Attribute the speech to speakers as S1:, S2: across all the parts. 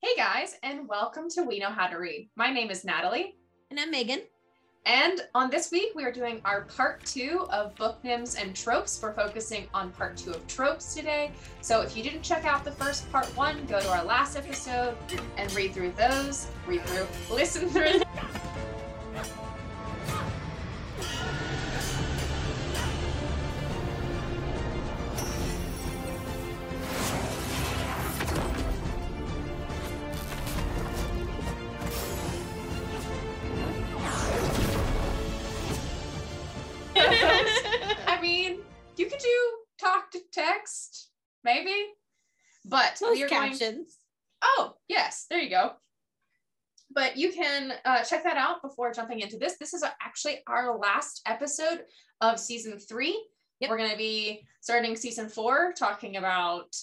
S1: Hey guys, and welcome to We Know How to Read. My name is Natalie,
S2: And I'm Megan.
S1: and on this week we are doing our part two of book names and tropes. We're focusing on part two of tropes today. So if you didn't check out the first part one, go to our last episode and read through those, read through, listen through. I mean, you could do talk to text, maybe, but
S2: Those
S1: we are going
S2: captions.
S1: Oh, yes, there you go. But you can uh, check that out before jumping into this. This is actually our last episode of season three.
S2: Yep.
S1: We're going to be starting season four, talking about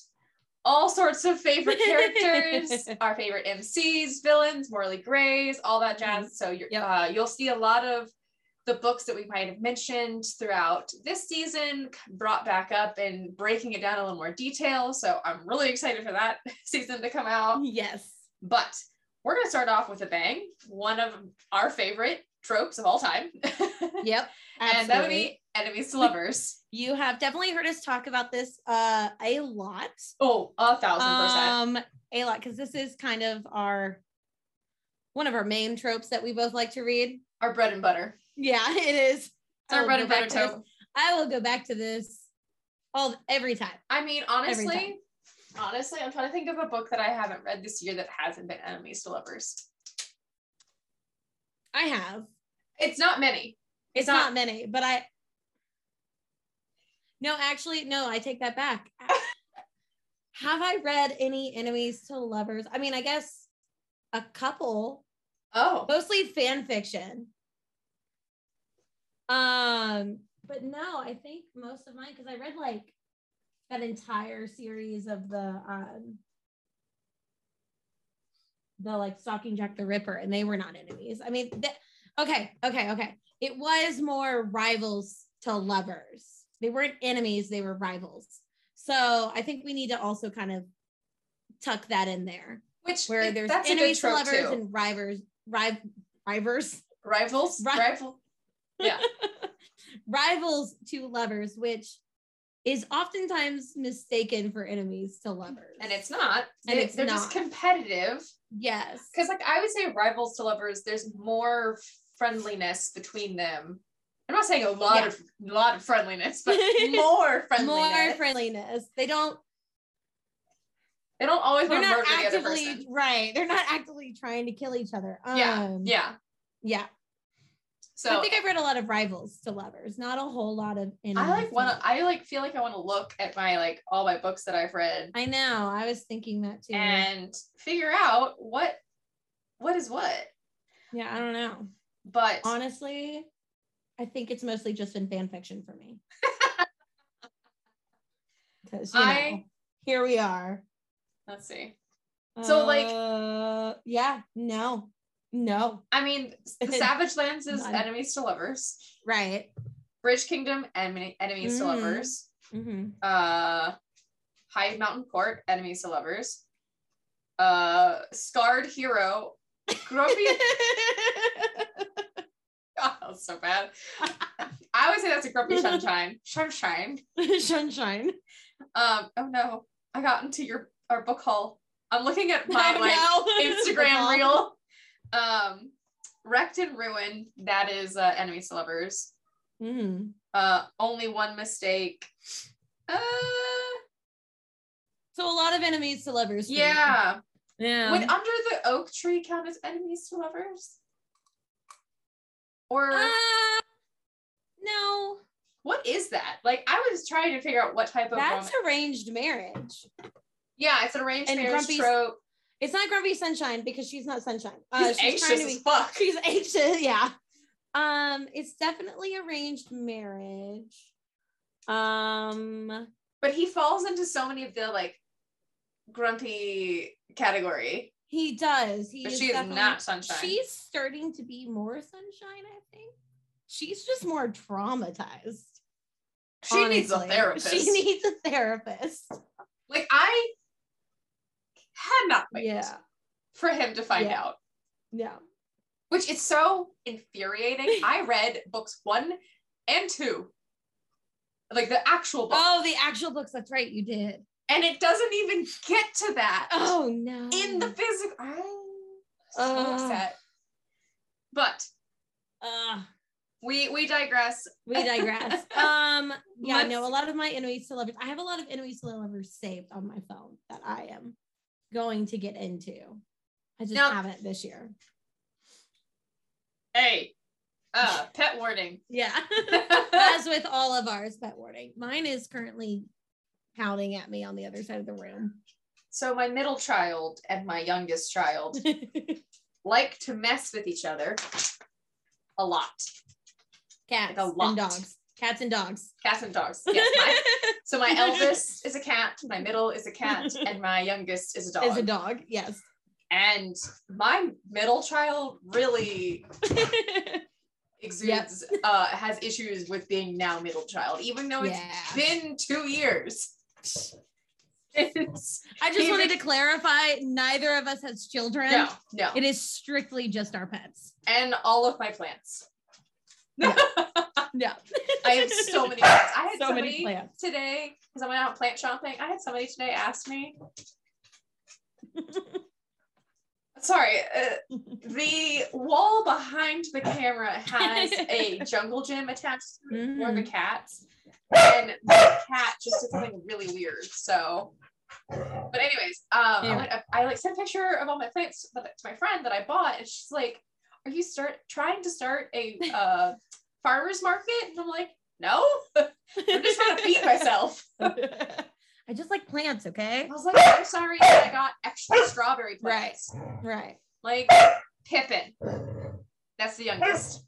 S1: all sorts of favorite characters, our favorite MCs, villains, Morley Grays, all that jazz. So you're,
S2: Mm-hmm. Yep.
S1: uh, you'll see a lot of the books that we might have mentioned throughout this season brought back up and breaking it down in a little more detail. So I'm really excited for that season to come out.
S2: Yes.
S1: But we're going to start off with a bang, one of our favorite tropes of all time.
S2: Yep.
S1: and that would be enemies to lovers.
S2: You have definitely heard us talk about this uh, a lot.
S1: Oh, a thousand percent.
S2: Um, a lot because this is kind of our one of our main tropes that we both like to read.
S1: Our bread and butter.
S2: Yeah, it is.
S1: It's our
S2: I
S1: bread
S2: will oh,
S1: and
S2: go back
S1: butter
S2: to this-
S1: trope.
S2: I will go back to this all every time.
S1: I mean,
S2: Every
S1: honestly, honestly, I'm trying to think of a book that I haven't read this year that hasn't been enemies to lovers.
S2: I have.
S1: It's not many.
S2: It's,
S1: It's
S2: not,
S1: not-
S2: many, but I. No, actually, no, I take that back. Have I read any enemies to lovers? I mean, I guess a couple,
S1: Oh,
S2: mostly fan fiction. Um, but no, I think most of mine because I read like that entire series of the um the like stalking Jack the Ripper, and they were not enemies. I mean, th- okay, okay, okay. It was more rivals to lovers. They weren't enemies; they were rivals. So I think we need to also kind of tuck that in there,
S1: which
S2: where there's
S1: that's
S2: enemies
S1: a
S2: to
S1: good trope
S2: lovers
S1: too.
S2: and rivals, riv- rivers.
S1: rivals,
S2: Ri-
S1: rival.
S2: rivals to lovers, which is oftentimes mistaken for enemies to lovers.
S1: and it's not.
S2: And
S1: They-
S2: it's
S1: they're just
S2: not.
S1: competitive
S2: yes,
S1: because, like, I would say rivals to lovers. There's more friendliness between them. I'm not saying a lot
S2: Yeah.
S1: of lot of friendliness, but more friendliness.
S2: more friendliness. They don't.
S1: They don't always
S2: They're
S1: want to
S2: not
S1: murder the other
S2: actively
S1: person.
S2: right. They're not actively trying to kill each other.
S1: yeah,
S2: Um,
S1: yeah.
S2: yeah.
S1: So
S2: I think I've read a lot of rivals to lovers, not a whole lot of enemies.
S1: I like
S2: to
S1: want.
S2: lovers.
S1: to I like feel like I want to look at my like all my books that I've read
S2: I know. I was thinking that too.
S1: and figure out what what is what.
S2: yeah, I don't know.
S1: But
S2: Honestly, I think it's mostly just in fan fiction for me. Because you
S1: I-
S2: know, here we are.
S1: let's see. So, like-
S2: Uh, yeah, no, no,
S1: I mean, the Savage Lands is
S2: None.
S1: enemies to lovers.
S2: right.
S1: Bridge Kingdom, enemy, enemies to
S2: Mm.
S1: lovers.
S2: Mm-hmm.
S1: uh high mountain court enemies to lovers uh scarred hero grumpy oh, that was so bad i always say that's a grumpy sunshine sunshine
S2: Sunshine.
S1: um oh no i got into your our book haul i'm looking at my
S2: I
S1: like
S2: know.
S1: instagram reel um wrecked and ruined that is uh enemies to lovers
S2: Mhm.
S1: uh only one mistake uh
S2: So a lot of enemies to lovers. for me.
S1: yeah
S2: yeah.
S1: Would under the oak tree count as enemies to lovers? Or
S2: Uh, no,
S1: what is that? Like I was trying to figure out what type of
S2: that's
S1: romance-
S2: arranged marriage.
S1: yeah, it's an arranged
S2: And
S1: marriage
S2: Grumpy's-
S1: trope.
S2: It's not Grumpy Sunshine because she's not Sunshine. Uh,
S1: He's
S2: she's trying
S1: anxious
S2: to
S1: as
S2: be.
S1: fuck.
S2: She's anxious. Yeah. Um, it's definitely arranged marriage. Um,
S1: But he falls into so many of the like grumpy category.
S2: He does. He
S1: But
S2: is
S1: she is
S2: definitely-
S1: not sunshine.
S2: She's starting to be more sunshine, I think. She's just more traumatized.
S1: she needs a
S2: honestly.
S1: therapist.
S2: She needs a therapist.
S1: like I cannot wait
S2: Yeah.
S1: for him to find
S2: Yeah.
S1: out,
S2: Yeah.
S1: which is so infuriating. I read books one and two, like the actual book,
S2: Oh, the actual books. That's right. You did.
S1: and it doesn't even get to that
S2: Oh no.
S1: in the physical. I'm so
S2: Ugh.
S1: upset. But
S2: Ugh,
S1: we we digress.
S2: we digress. um. Yeah.
S1: Let's-
S2: No. A lot of my enemies to lovers. I have a lot of enemies to lovers saved on my phone that I am going to get into. I just
S1: Now-
S2: haven't this year.
S1: Hey, uh, pet warning.
S2: Yeah. As with all of ours, pet warning. Mine is currently pounding at me on the other side of the room.
S1: so my middle child and my youngest child like to mess with each other a lot.
S2: Cats
S1: a lot.
S2: and dogs. Cats and dogs.
S1: Cats and dogs. Yes, my- so my eldest is a cat, my middle is a cat, and my youngest is a dog.
S2: Is a dog. Yes.
S1: And my middle child really exudes uh, has issues with being now middle child, even though it's
S2: Yeah.
S1: been two years. It's-
S2: I just
S1: He's
S2: wanted
S1: a-
S2: to clarify neither of us has children.
S1: no, no,
S2: It is strictly just our pets.
S1: and all of my plants.
S2: Yeah.
S1: I have so many. Plants. I had
S2: So many
S1: somebody
S2: plants.
S1: today because I went out plant shopping. I had somebody today ask me. Sorry, uh, the wall behind the camera has a jungle gym attached to it for the cats, and the cat just did something really weird. So, but anyways, um, I, went up- I like sent a picture of all my plants to to my friend that I bought, and she's like, "Are you start trying to start a uh, farmers market?" And I'm like, "No, I'm just trying to feed myself."
S2: I just like plants, okay?
S1: I was like, I'm sorry that I got extra strawberry plants.
S2: Right.
S1: Like Pippin. That's the youngest.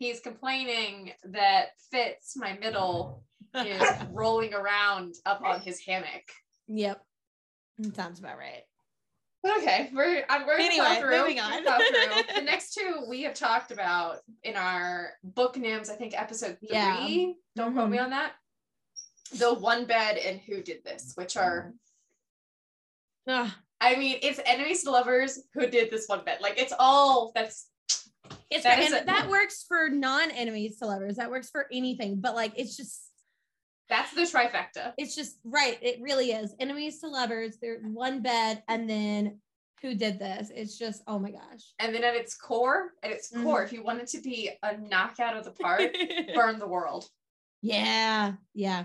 S1: He's complaining that Fitz, my middle, is rolling around up on his hammock.
S2: yep. Sounds about right.
S1: Okay, we're I'm we're
S2: Anyway,
S1: gonna plow through.
S2: moving
S1: We're gonna
S2: on.
S1: plow through. the next two we have talked about in our book names, I think episode three.
S2: Yeah. Mm-hmm.
S1: Don't quote me on that. The one bed and who did this, which are
S2: Ugh.
S1: I mean, it's enemies to lovers who did this one bit. Like it's all that's
S2: It's
S1: That
S2: for-
S1: is
S2: and
S1: a-
S2: that works for non-enemies to lovers. That works for anything. But like it's just
S1: that's the trifecta.
S2: it's just right. It really is. Enemies to lovers. They're one bed and then who did this? It's just oh my gosh.
S1: And then at its core, at its
S2: Mhm.
S1: core, if you wanted to be a knockout of the park, burn the world
S2: yeah. Yeah.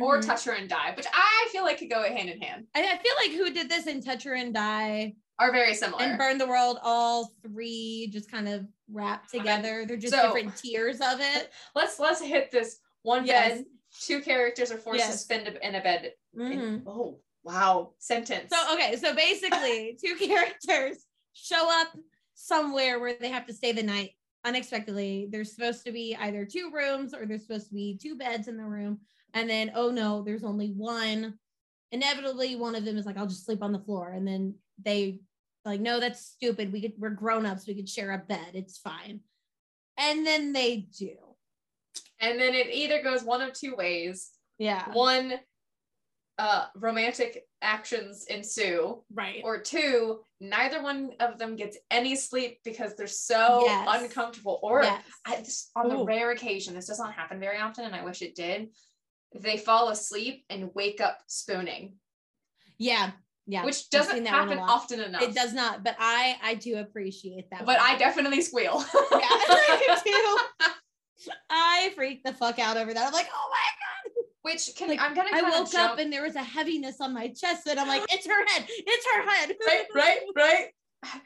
S1: or
S2: Mhm.
S1: touch her and die, which I feel like could go hand in hand,
S2: I, I feel like who did this and touch her and die
S1: are very similar.
S2: and burn the world all three just kind of wrapped together. They're just
S1: So-
S2: different tiers of it.
S1: let's let's hit this one
S2: Yes.
S1: bed. Two characters are forced to
S2: Yes.
S1: spend a- in a bed. in-
S2: Mhm.
S1: oh wow, sentence.
S2: So uh, okay, so basically, two characters show up somewhere where they have to stay the night unexpectedly. There's supposed to be either two rooms or there's supposed to be two beds in the room, and then oh no, there's only one. Inevitably, one of them is like, "I'll just sleep on the floor," and then they like, "No, that's stupid. We could, we're grown ups. We could share a bed. It's fine." And then they do.
S1: and then it either goes one of two ways.
S2: Yeah.
S1: One, uh, romantic actions ensue.
S2: Right.
S1: or two, neither one of them gets any sleep because they're so
S2: Yes.
S1: uncomfortable. Or
S2: Yes.
S1: I just, on the
S2: Ooh.
S1: rare occasion, this doesn't happen very often, and I wish it did. They fall asleep and wake up spooning,
S2: yeah. Yeah.
S1: which
S2: I've
S1: doesn't
S2: seen that one a
S1: happen
S2: lot.
S1: often enough.
S2: It does not, but I I do appreciate that.
S1: but
S2: one.
S1: I definitely squeal.
S2: Yeah, I do too. I freaked the fuck out over that. I'm like, oh my!
S1: which can
S2: Like,
S1: I'm gonna
S2: I
S1: kind
S2: woke
S1: of jump
S2: up and there was a heaviness on my chest, and I'm like, it's her head, it's her head.
S1: right, right, right.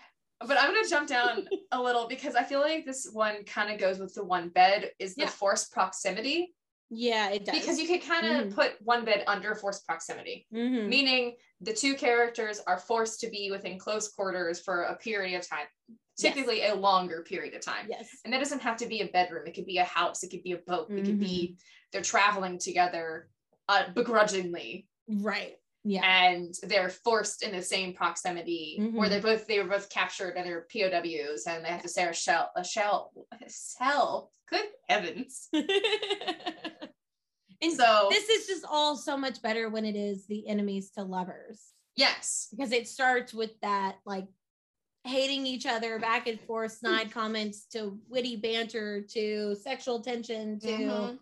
S1: But I'm gonna jump down a little because I feel like this one kind of goes with the one bed is the
S2: Yeah.
S1: forced proximity
S2: Yeah, it does.
S1: because you can kind of
S2: Mhm.
S1: put one bed under forced proximity.
S2: Mhm.
S1: meaning the two characters are forced to be within close quarters for a period of time,
S2: Yes.
S1: typically a longer period of time.
S2: yes,
S1: And that doesn't have to be a bedroom, it could be a house, it could be a boat, it could be
S2: Mm-hmm.
S1: they're traveling together uh, begrudgingly
S2: right. Yeah,
S1: and they're forced in the same proximity where
S2: Mhm.
S1: they both they were both captured and they're POWs and they have to share a shell a shell a cell good heavens
S2: and
S1: so
S2: this is just all so much better when it is the enemies to lovers.
S1: Yes.
S2: because it starts with that like hating each other back and forth snide comments to witty banter to sexual tension to
S1: Mhm.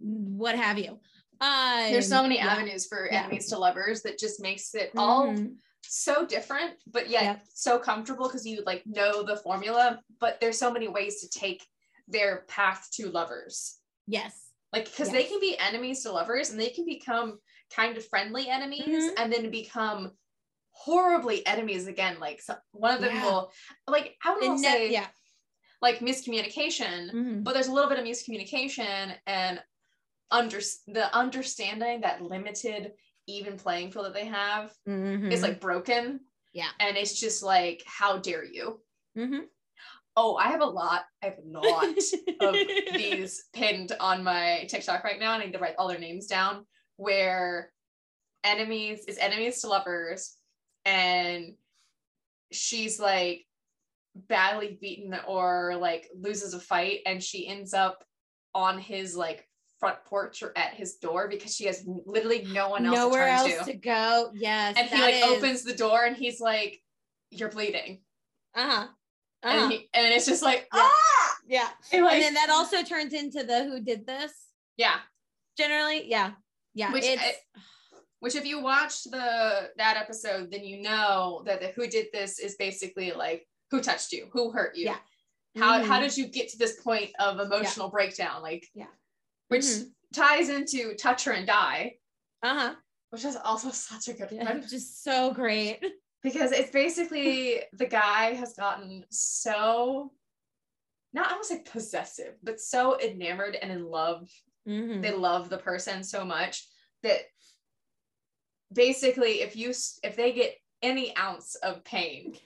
S2: what have you uh
S1: There's so many
S2: yeah.
S1: avenues Mm-hmm. for
S2: Yeah. Mm-hmm.
S1: enemies to lovers that just makes it all so different, but yet
S2: Yep.
S1: so comfortable because you like know the formula. But there's so many ways to take their path to lovers.
S2: yes
S1: Like, because they
S2: Yes.
S1: can be enemies to lovers and they can become kind of friendly enemies
S2: Mhm.
S1: and then become horribly enemies again. Like, so one of them
S2: Yeah.
S1: will, like, I would
S2: And
S1: almost
S2: ne-
S1: say,
S2: yeah
S1: like, miscommunication,
S2: Mhm.
S1: but there's a little bit of miscommunication and under the understanding that limited even playing field that they have
S2: Mhm.
S1: is Mm-hmm. like broken.
S2: Yeah.
S1: And it's just like, how dare you?
S2: Mhm.
S1: Oh, I have a lot. I have a lot of these pinned on my TikTok right now. and I need to write all their names down. Where enemies is enemies to lovers, and she's like badly beaten or like loses a fight, and she ends up on his like front porch or at his door because she has literally no one else
S2: nowhere
S1: to turn
S2: else
S1: to.
S2: to. go yes
S1: and he
S2: that
S1: like
S2: is-
S1: opens the door and he's like, "You're bleeding,"
S2: uh-huh uh-huh.
S1: and he, and it's just like,
S2: Yeah.
S1: ah,
S2: yeah
S1: and, like,
S2: and then that also turns into the who did this
S1: yeah.
S2: generally yeah yeah
S1: Which
S2: it's
S1: I- Which, if you watched the that episode, then you know that the who did this is basically like who touched you, who hurt you,
S2: Yeah.
S1: how how
S2: Mhm.
S1: did you get to this point of emotional breakdown, like
S2: Yeah.
S1: which
S2: Mhm.
S1: ties into touch her and die,
S2: uh-huh
S1: which is also such a good
S2: Yeah,
S1: one
S2: just so great.
S1: because it's basically the guy has gotten so not I don't say possessive, but so enamored and in love
S2: Mhm.
S1: they love the person so much that basically if you s- if they get any ounce of pain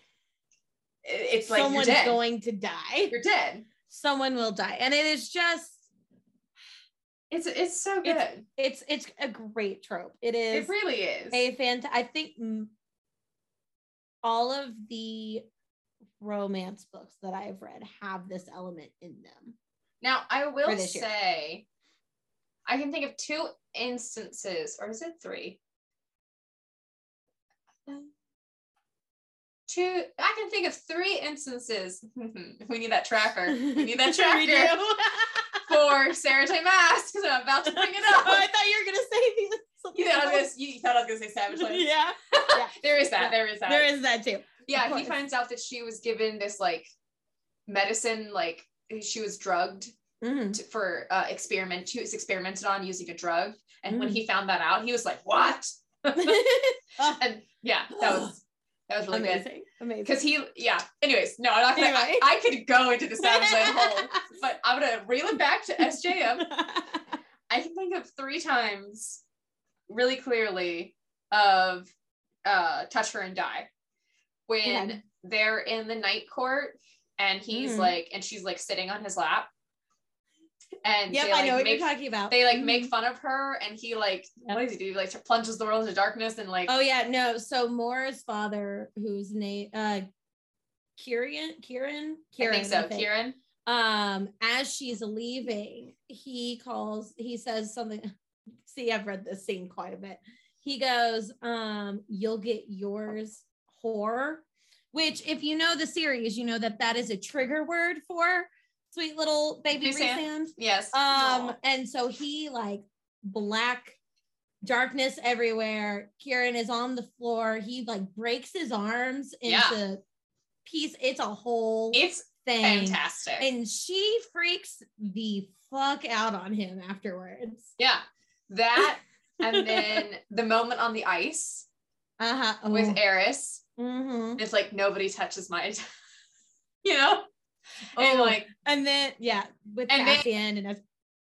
S1: i- it's like
S2: Someone's
S1: you're dead
S2: going to die.
S1: you're dead
S2: Someone will die, and it is just
S1: it's it's so good
S2: it's it's a great trope. It is
S1: it really is
S2: a fant. I think mm, all of the romance books that I've read have this element in them.
S1: now i will
S2: this year.
S1: say i can think of two instances or is it three two i can think of three instances we need that tracker we need that tracker
S2: We do.
S1: for Sarah J. Mass because I'm about to bring it up.
S2: Oh, I thought you were gonna say something.
S1: you, thought I was gonna,
S2: else.
S1: you thought I was going to say Savage Land.
S2: yeah,
S1: There is that.
S2: Yeah.
S1: There is that.
S2: there is that too.
S1: yeah, he
S2: course.
S1: finds out that she was given this like medicine, like she was drugged
S2: Mhm.
S1: to, for uh, experiment. She was experimented on using a drug. And when
S2: Mm.
S1: he found that out, he was like, what?
S2: Oh,
S1: And yeah, that was, that was really good.
S2: amazing, amazing.
S1: Because he, yeah. Anyways, no, I'm not gonna,
S2: Anyway.
S1: I, I could go into the Savage Land hole, but I'm going to reel it back to SJM. I can think of three times really clearly of uh, Touch Her and Die when
S2: Okay.
S1: they're in the night court and he's
S2: Mhm.
S1: like, and she's like sitting on his lap. And
S2: yep,
S1: they, like,
S2: I know what
S1: make,
S2: you're talking about.
S1: They like
S2: Mhm.
S1: make fun of her and he like, what does he do? He, Like plunges the world into darkness and like,
S2: Oh yeah, no. So Mora's father, whose name uh Kieran, Kieran, Kieran.
S1: I think so, Kieran.
S2: Um, as she's leaving, he calls, he says something. See, I've read this scene quite a bit. He goes, um, you'll get yours whore, which if you know the series, you know that that is a trigger word for sweet little baby
S1: Resand.
S2: resand.
S1: Yes.
S2: Um,
S1: Aw.
S2: and so he like black darkness everywhere. Kieran is on the floor. He like breaks his arms into
S1: Yeah.
S2: piece. It's a whole
S1: it's
S2: thing.
S1: fantastic.
S2: And she freaks the fuck out on him afterwards.
S1: yeah. That and then the moment on the ice
S2: Uh-huh. Oh.
S1: with Eris.
S2: Mhm.
S1: it's like nobody touches mine you know and
S2: Oh.
S1: like
S2: and then yeah, with
S1: And
S2: and
S1: then-
S2: Cassian and that's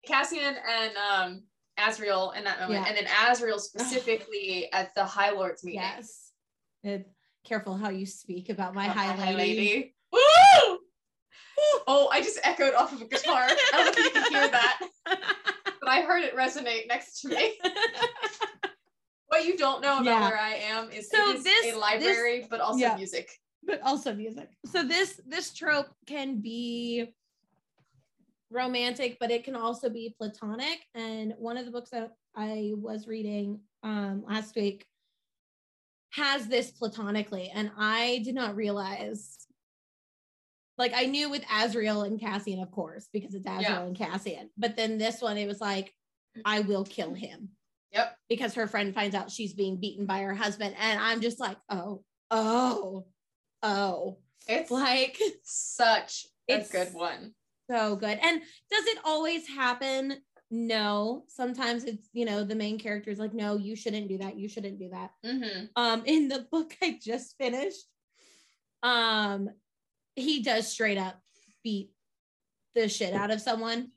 S1: cassian and um azriel in that moment
S2: Yeah.
S1: and then azriel specifically at the high lord's meeting
S2: yes. Uh, careful how you speak about my
S1: Uh,
S2: high, lady.
S1: Woo! oh i just echoed off of a guitar i don't know if you can hear that but i heard it resonate next to me what you don't know about
S2: Yeah.
S1: where i am is
S2: So
S1: it is
S2: this-
S1: a library but also
S2: yeah.
S1: music
S2: but also music. So this this trope can be romantic, but it can also be platonic. And one of the books that I was reading um, last week has this platonically, and I did not realize. Like I knew with Azriel and Cassian, of course, because it's Azriel
S1: Yeah.
S2: and Cassian. But then this one, it was like, I will kill him
S1: Yep.
S2: because her friend finds out she's being beaten by her husband, and I'm just like, oh, oh, oh,
S1: It's
S2: like
S1: such
S2: It's-
S1: a good one.
S2: so good. And does it always happen? No. Sometimes it's you know the main character is like, no, you shouldn't do that. You shouldn't do that.
S1: Mm-hmm.
S2: um in the book i just finished um he does straight up beat the shit out of someone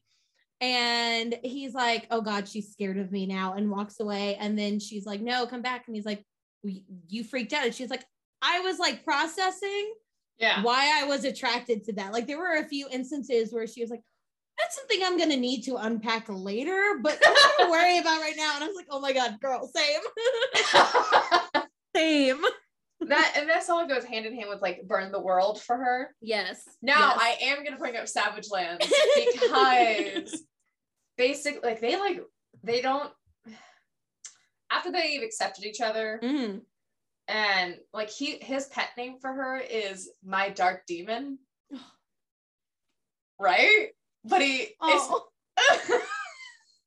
S2: and he's like oh god she's scared of me now and walks away and then she's like no come back and he's like "We- you freaked out and she's like i was like processing
S1: Yeah.
S2: why i was attracted to that like there were a few instances where she was like that's something i'm going to need to unpack later but i'm not gonna worry about right now and i was like oh my god girl same same
S1: that and that song goes hand in hand with like burn the world for her.
S2: Yes.
S1: Now
S2: Yes.
S1: I am gonna bring up Savage Lands because basic like they like they don't after they've accepted each other
S2: Mhm.
S1: and like he his pet name for her is my dark demon. Right? But he it's,
S2: Oh,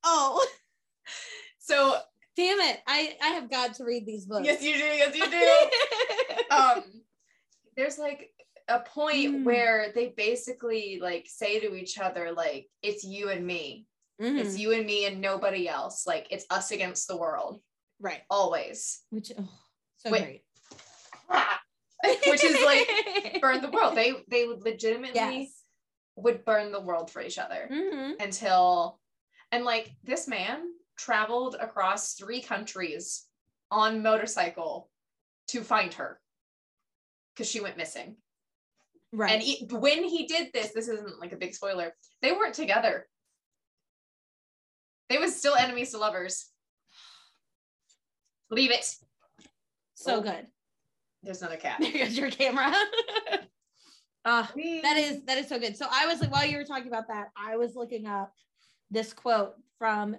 S2: oh,
S1: so
S2: damn it! I I have got to read these books.
S1: yes you do, Oh, yes you do. um there's like a point
S2: Mm.
S1: where they basically like say to each other like it's you and me
S2: Mhm.
S1: it's you and me and nobody else like it's us against the world
S2: Right.
S1: always
S2: Which oh, so
S1: Wait.
S2: great.
S1: which is like burn the world they they would legitimately
S2: Yes.
S1: would burn the world for each other
S2: Mhm.
S1: until and like this man traveled across three countries on motorcycle to find her because she went missing
S2: Right.
S1: And he, when he did this, this isn't like a big spoiler. They weren't together. They was still enemies to lovers. Leave it.
S2: so good.
S1: There's another cat.
S2: There goes your camera. Ah, that is that is so good. So I was like, while you were talking about that, I was looking up this quote from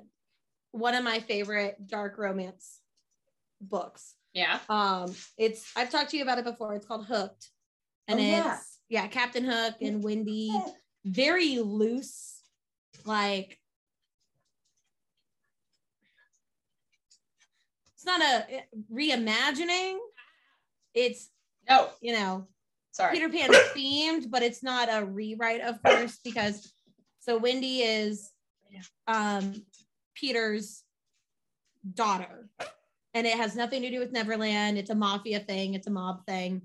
S2: one of my favorite dark romance books.
S1: yeah.
S2: um it's i've talked to you about it before it's called hooked and
S1: Oh,
S2: it's
S1: yeah.
S2: yeah. captain hook and wendy very loose like it's not a reimagining it's
S1: No,
S2: you know
S1: sorry.
S2: Peter Pan is themed, but it's not a rewrite, of course, because so Wendy is um Peter's daughter, and it has nothing to do with Neverland. It's a mafia thing, it's a mob thing.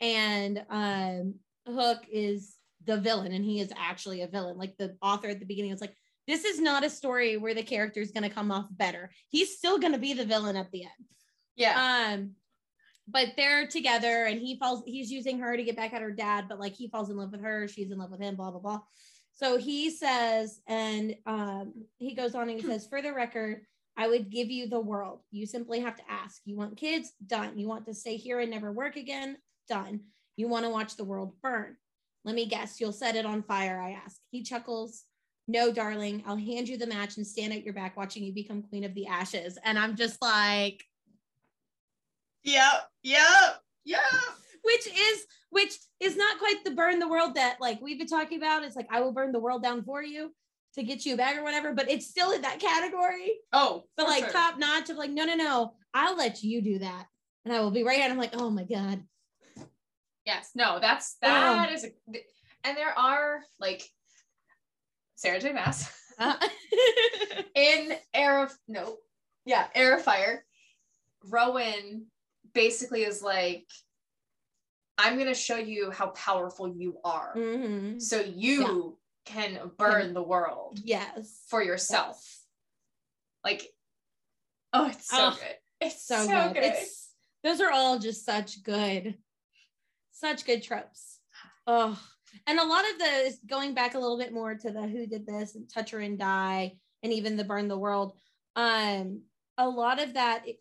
S2: And um Hook is the villain, and he is actually a villain. Like the author at the beginning was like, this is not a story where the character is gonna come off better. He's still gonna be the villain at the end
S1: yeah.
S2: um but they're together and he falls he's using her to get back at her dad but like he falls in love with her she's in love with him blah blah blah so he says and um he goes on and he says for the record i would give you the world you simply have to ask you want kids done you want to stay here and never work again done you want to watch the world burn let me guess you'll set it on fire i ask he chuckles no darling i'll hand you the match and stand at your back watching you become queen of the ashes and i'm just like
S1: yep. Yep. Yep.
S2: which is which is not quite the burn the world that like we've been talking about it's like i will burn the world down for you to get you back or whatever but it's still in that category
S1: Oh,
S2: but
S1: for
S2: like
S1: sure.
S2: top notch of like no no no i'll let you do that and i will be right out i'm like oh my god
S1: Yes. No, that's
S2: Um,
S1: that is a, and there are like Sarah J. Mass
S2: Uh,
S1: Uh-huh. in Air of No. Yeah, Air of Fire. Rowan basically is like, I'm gonna show you how powerful you are.
S2: mhm.
S1: So you can burn the world
S2: yes
S1: for yourself. Like, oh, it's so
S2: Oh,
S1: good. It's
S2: so, good, it's those are all just such good such good tropes oh and a lot of those going back a little bit more to the who did this and touch her and die and even the burn the world um a lot of that it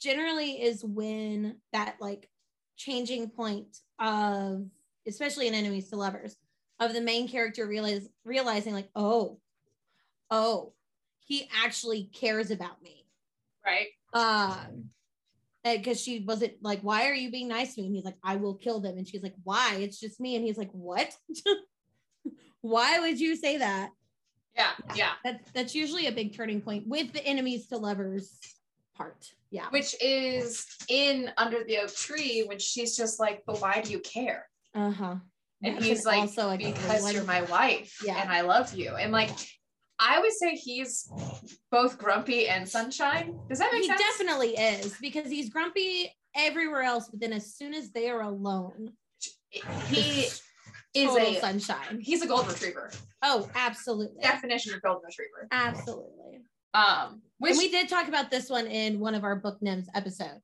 S2: generally is when that like changing point of especially in enemies to lovers of the main character realize realizing like oh oh he actually cares about me
S1: right?
S2: um because she wasn't like, why are you being nice to me? And he's like, I will kill them. And she's like, why? It's just me. And he's like, what? why would you say that?
S1: Yeah, yeah.
S2: That's that's usually a big turning point with the enemies to lovers part. Yeah.
S1: Which is in Under the Oak Tree when she's just like, but why do you care?
S2: Uh huh.
S1: And he's like, because you're my wife
S2: Yeah.
S1: and I love you. And like, I would say he's both grumpy and sunshine. Does that make
S2: he
S1: sense?
S2: definitely is because he's grumpy everywhere else, but then as soon as they are alone,
S1: he is
S2: total
S1: a
S2: sunshine.
S1: he's a golden retriever.
S2: Oh, absolutely,
S1: Definition of golden retriever.
S2: absolutely.
S1: Um, which
S2: and we did talk about this one in one of our book nims episode.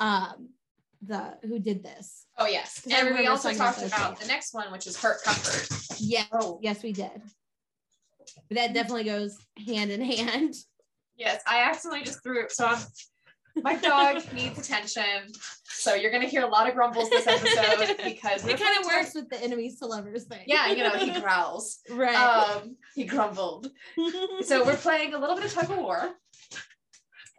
S2: Um, the who did this?
S1: oh yes,
S2: 'Cause I
S1: and we
S2: remember
S1: also
S2: talking about
S1: talked
S2: those,
S1: about
S2: yeah.
S1: the next one, which is hurt comfort.
S2: Yes,
S1: Oh.
S2: yes, we did. But that definitely goes hand in hand.
S1: Yes, I accidentally just threw it. So I'm, my dog needs attention. So you're gonna hear a lot of grumbles this episode because we're
S2: It kind
S1: trying
S2: of
S1: to-
S2: works with the enemies to lovers thing.
S1: Yeah, you know he growls.
S2: right.
S1: Um, he grumbled. So we're playing a little bit of tug of war.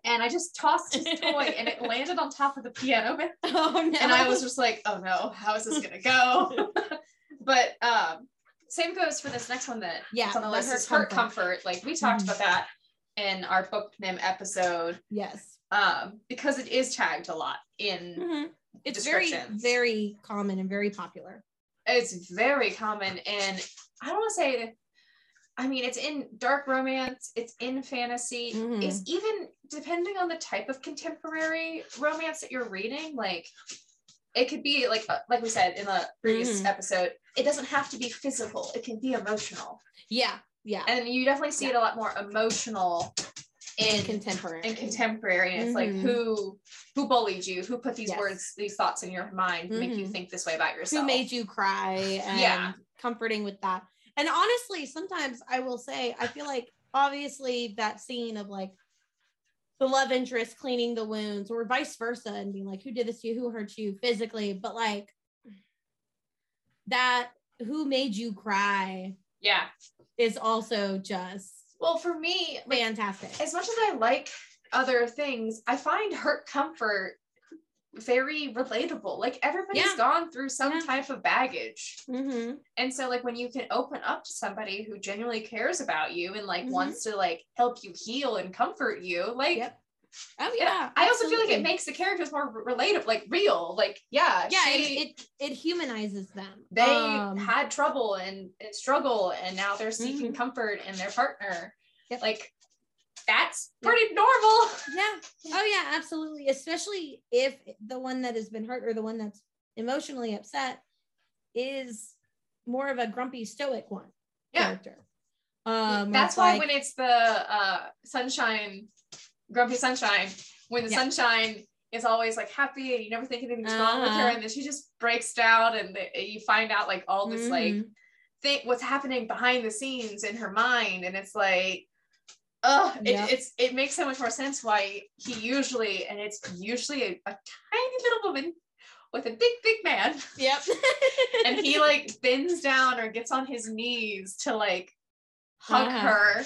S1: And I just tossed his toy and it landed on top of the piano. bench.
S2: oh no.
S1: And I was just like, oh no, how is this gonna go? but um, same goes for this next one that
S2: yeah,
S1: it's on the
S2: the
S1: list
S2: hurt
S1: is Mm-hmm. hurt
S2: comfort.
S1: comfort. Like we talked
S2: Mhm.
S1: about that in our book name episode
S2: Yes.
S1: um, because it is tagged a lot in
S2: Mhm. It's very,
S1: Descriptions.
S2: very common and very popular.
S1: it's very common and i don't want to say that i mean it's in dark romance it's in fantasy
S2: Mhm.
S1: it's even depending on the type of contemporary romance that you're reading like it could be like uh, like we said in the previous
S2: Mhm.
S1: episode it doesn't have to be physical it can be emotional
S2: Yeah, yeah.
S1: and you definitely see it a lot more emotional in
S2: contemporary.
S1: and contemporary and it's
S2: Mhm.
S1: like who who bullied you who put these
S2: Yes.
S1: words these thoughts in your mind to make you
S2: Mhm.
S1: think this way about yourself
S2: who made you cry and
S1: Yeah.
S2: comforting with that and honestly sometimes i will say i feel like obviously that scene of like the love interest cleaning the wounds or vice versa and being like who did this to you who hurt you physically but like that who made you cry
S1: yeah
S2: is also just
S1: well for me like,
S2: fantastic
S1: as much as i like other things i find hurt comfort very relatable like everybody's
S2: Yeah.
S1: gone through some
S2: Yeah.
S1: type of baggage
S2: Mhm.
S1: and so like when you can open up to somebody who genuinely cares about you and like
S2: Mhm.
S1: wants to like help you heal and comfort you like
S2: Yep. oh
S1: yeah,
S2: yeah
S1: i also feel like it
S2: absolutely.
S1: makes the characters more r- relatable like real like yeah
S2: yeah
S1: she-
S2: it, it it humanizes them
S1: they
S2: Um,
S1: had trouble and, and struggle and now they're seeking comfort in their partner
S2: Mm-hmm. Yep.
S1: like that's
S2: Yep.
S1: pretty normal
S2: yeah. Oh yeah, absolutely. Especially if the one that has been hurt or the one that's emotionally upset is more of a grumpy stoic one
S1: Yeah.
S2: character. Um
S1: that's
S2: it's
S1: why
S2: like-
S1: when it's the uh, sunshine grumpy sunshine when the
S2: Yeah.
S1: sunshine is always like happy and you never think anything's wrong with her
S2: Uh-huh.
S1: and then she just breaks down and the, you find out like all this like
S2: Mhm.
S1: thing what's happening behind the scenes in her mind and it's like oh it,
S2: Yep.
S1: it's it makes so much more sense why he usually and it's usually a, a tiny little woman with a big big man
S2: Yep.
S1: and he like bends down or gets on his knees to like hug
S2: Uh-huh.
S1: her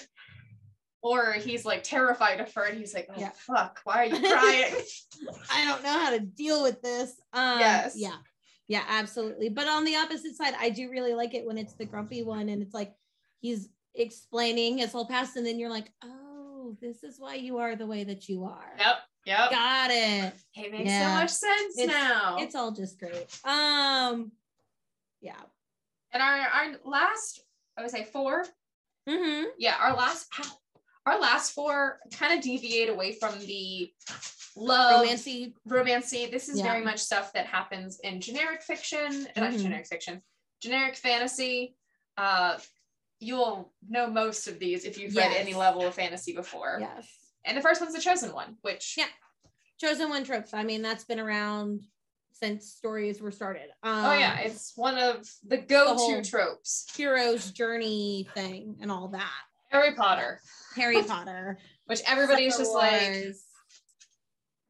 S1: or he's like terrified of her and he's like oh
S2: Yeah.
S1: fuck why are you crying
S2: I don't know how to deal with this. Um,
S1: Yes.
S2: Yeah. Yeah, absolutely. But on the opposite side, I do really like it when it's the grumpy one and it's like he's explaining his whole past, and then you're like, oh, this is why you are the way that you are.
S1: yep yep
S2: Got it.
S1: it makes
S2: Yeah.
S1: so much sense
S2: It's-
S1: now
S2: It's all just great. Um, yeah.
S1: and our our last i would say four
S2: Mm-hmm.
S1: yeah our last ow. our last four kind of deviate away from the love romance
S2: Romancy.
S1: romancy this is
S2: Yeah.
S1: very much stuff that happens in generic fiction uh, not
S2: Mhm.
S1: generic fiction generic fantasy uh you'll know most of these if you've read
S2: Yes.
S1: any level of fantasy before
S2: Yes.
S1: and the first one's the chosen one which
S2: Yeah. Chosen one tropes. I mean, that's been around since stories were started. Um,
S1: oh yeah it's one of the go-to
S2: whole-
S1: tropes
S2: hero's journey thing and all that.
S1: harry potter
S2: Harry Potter.
S1: which everybody's
S2: Star
S1: just like
S2: Wars.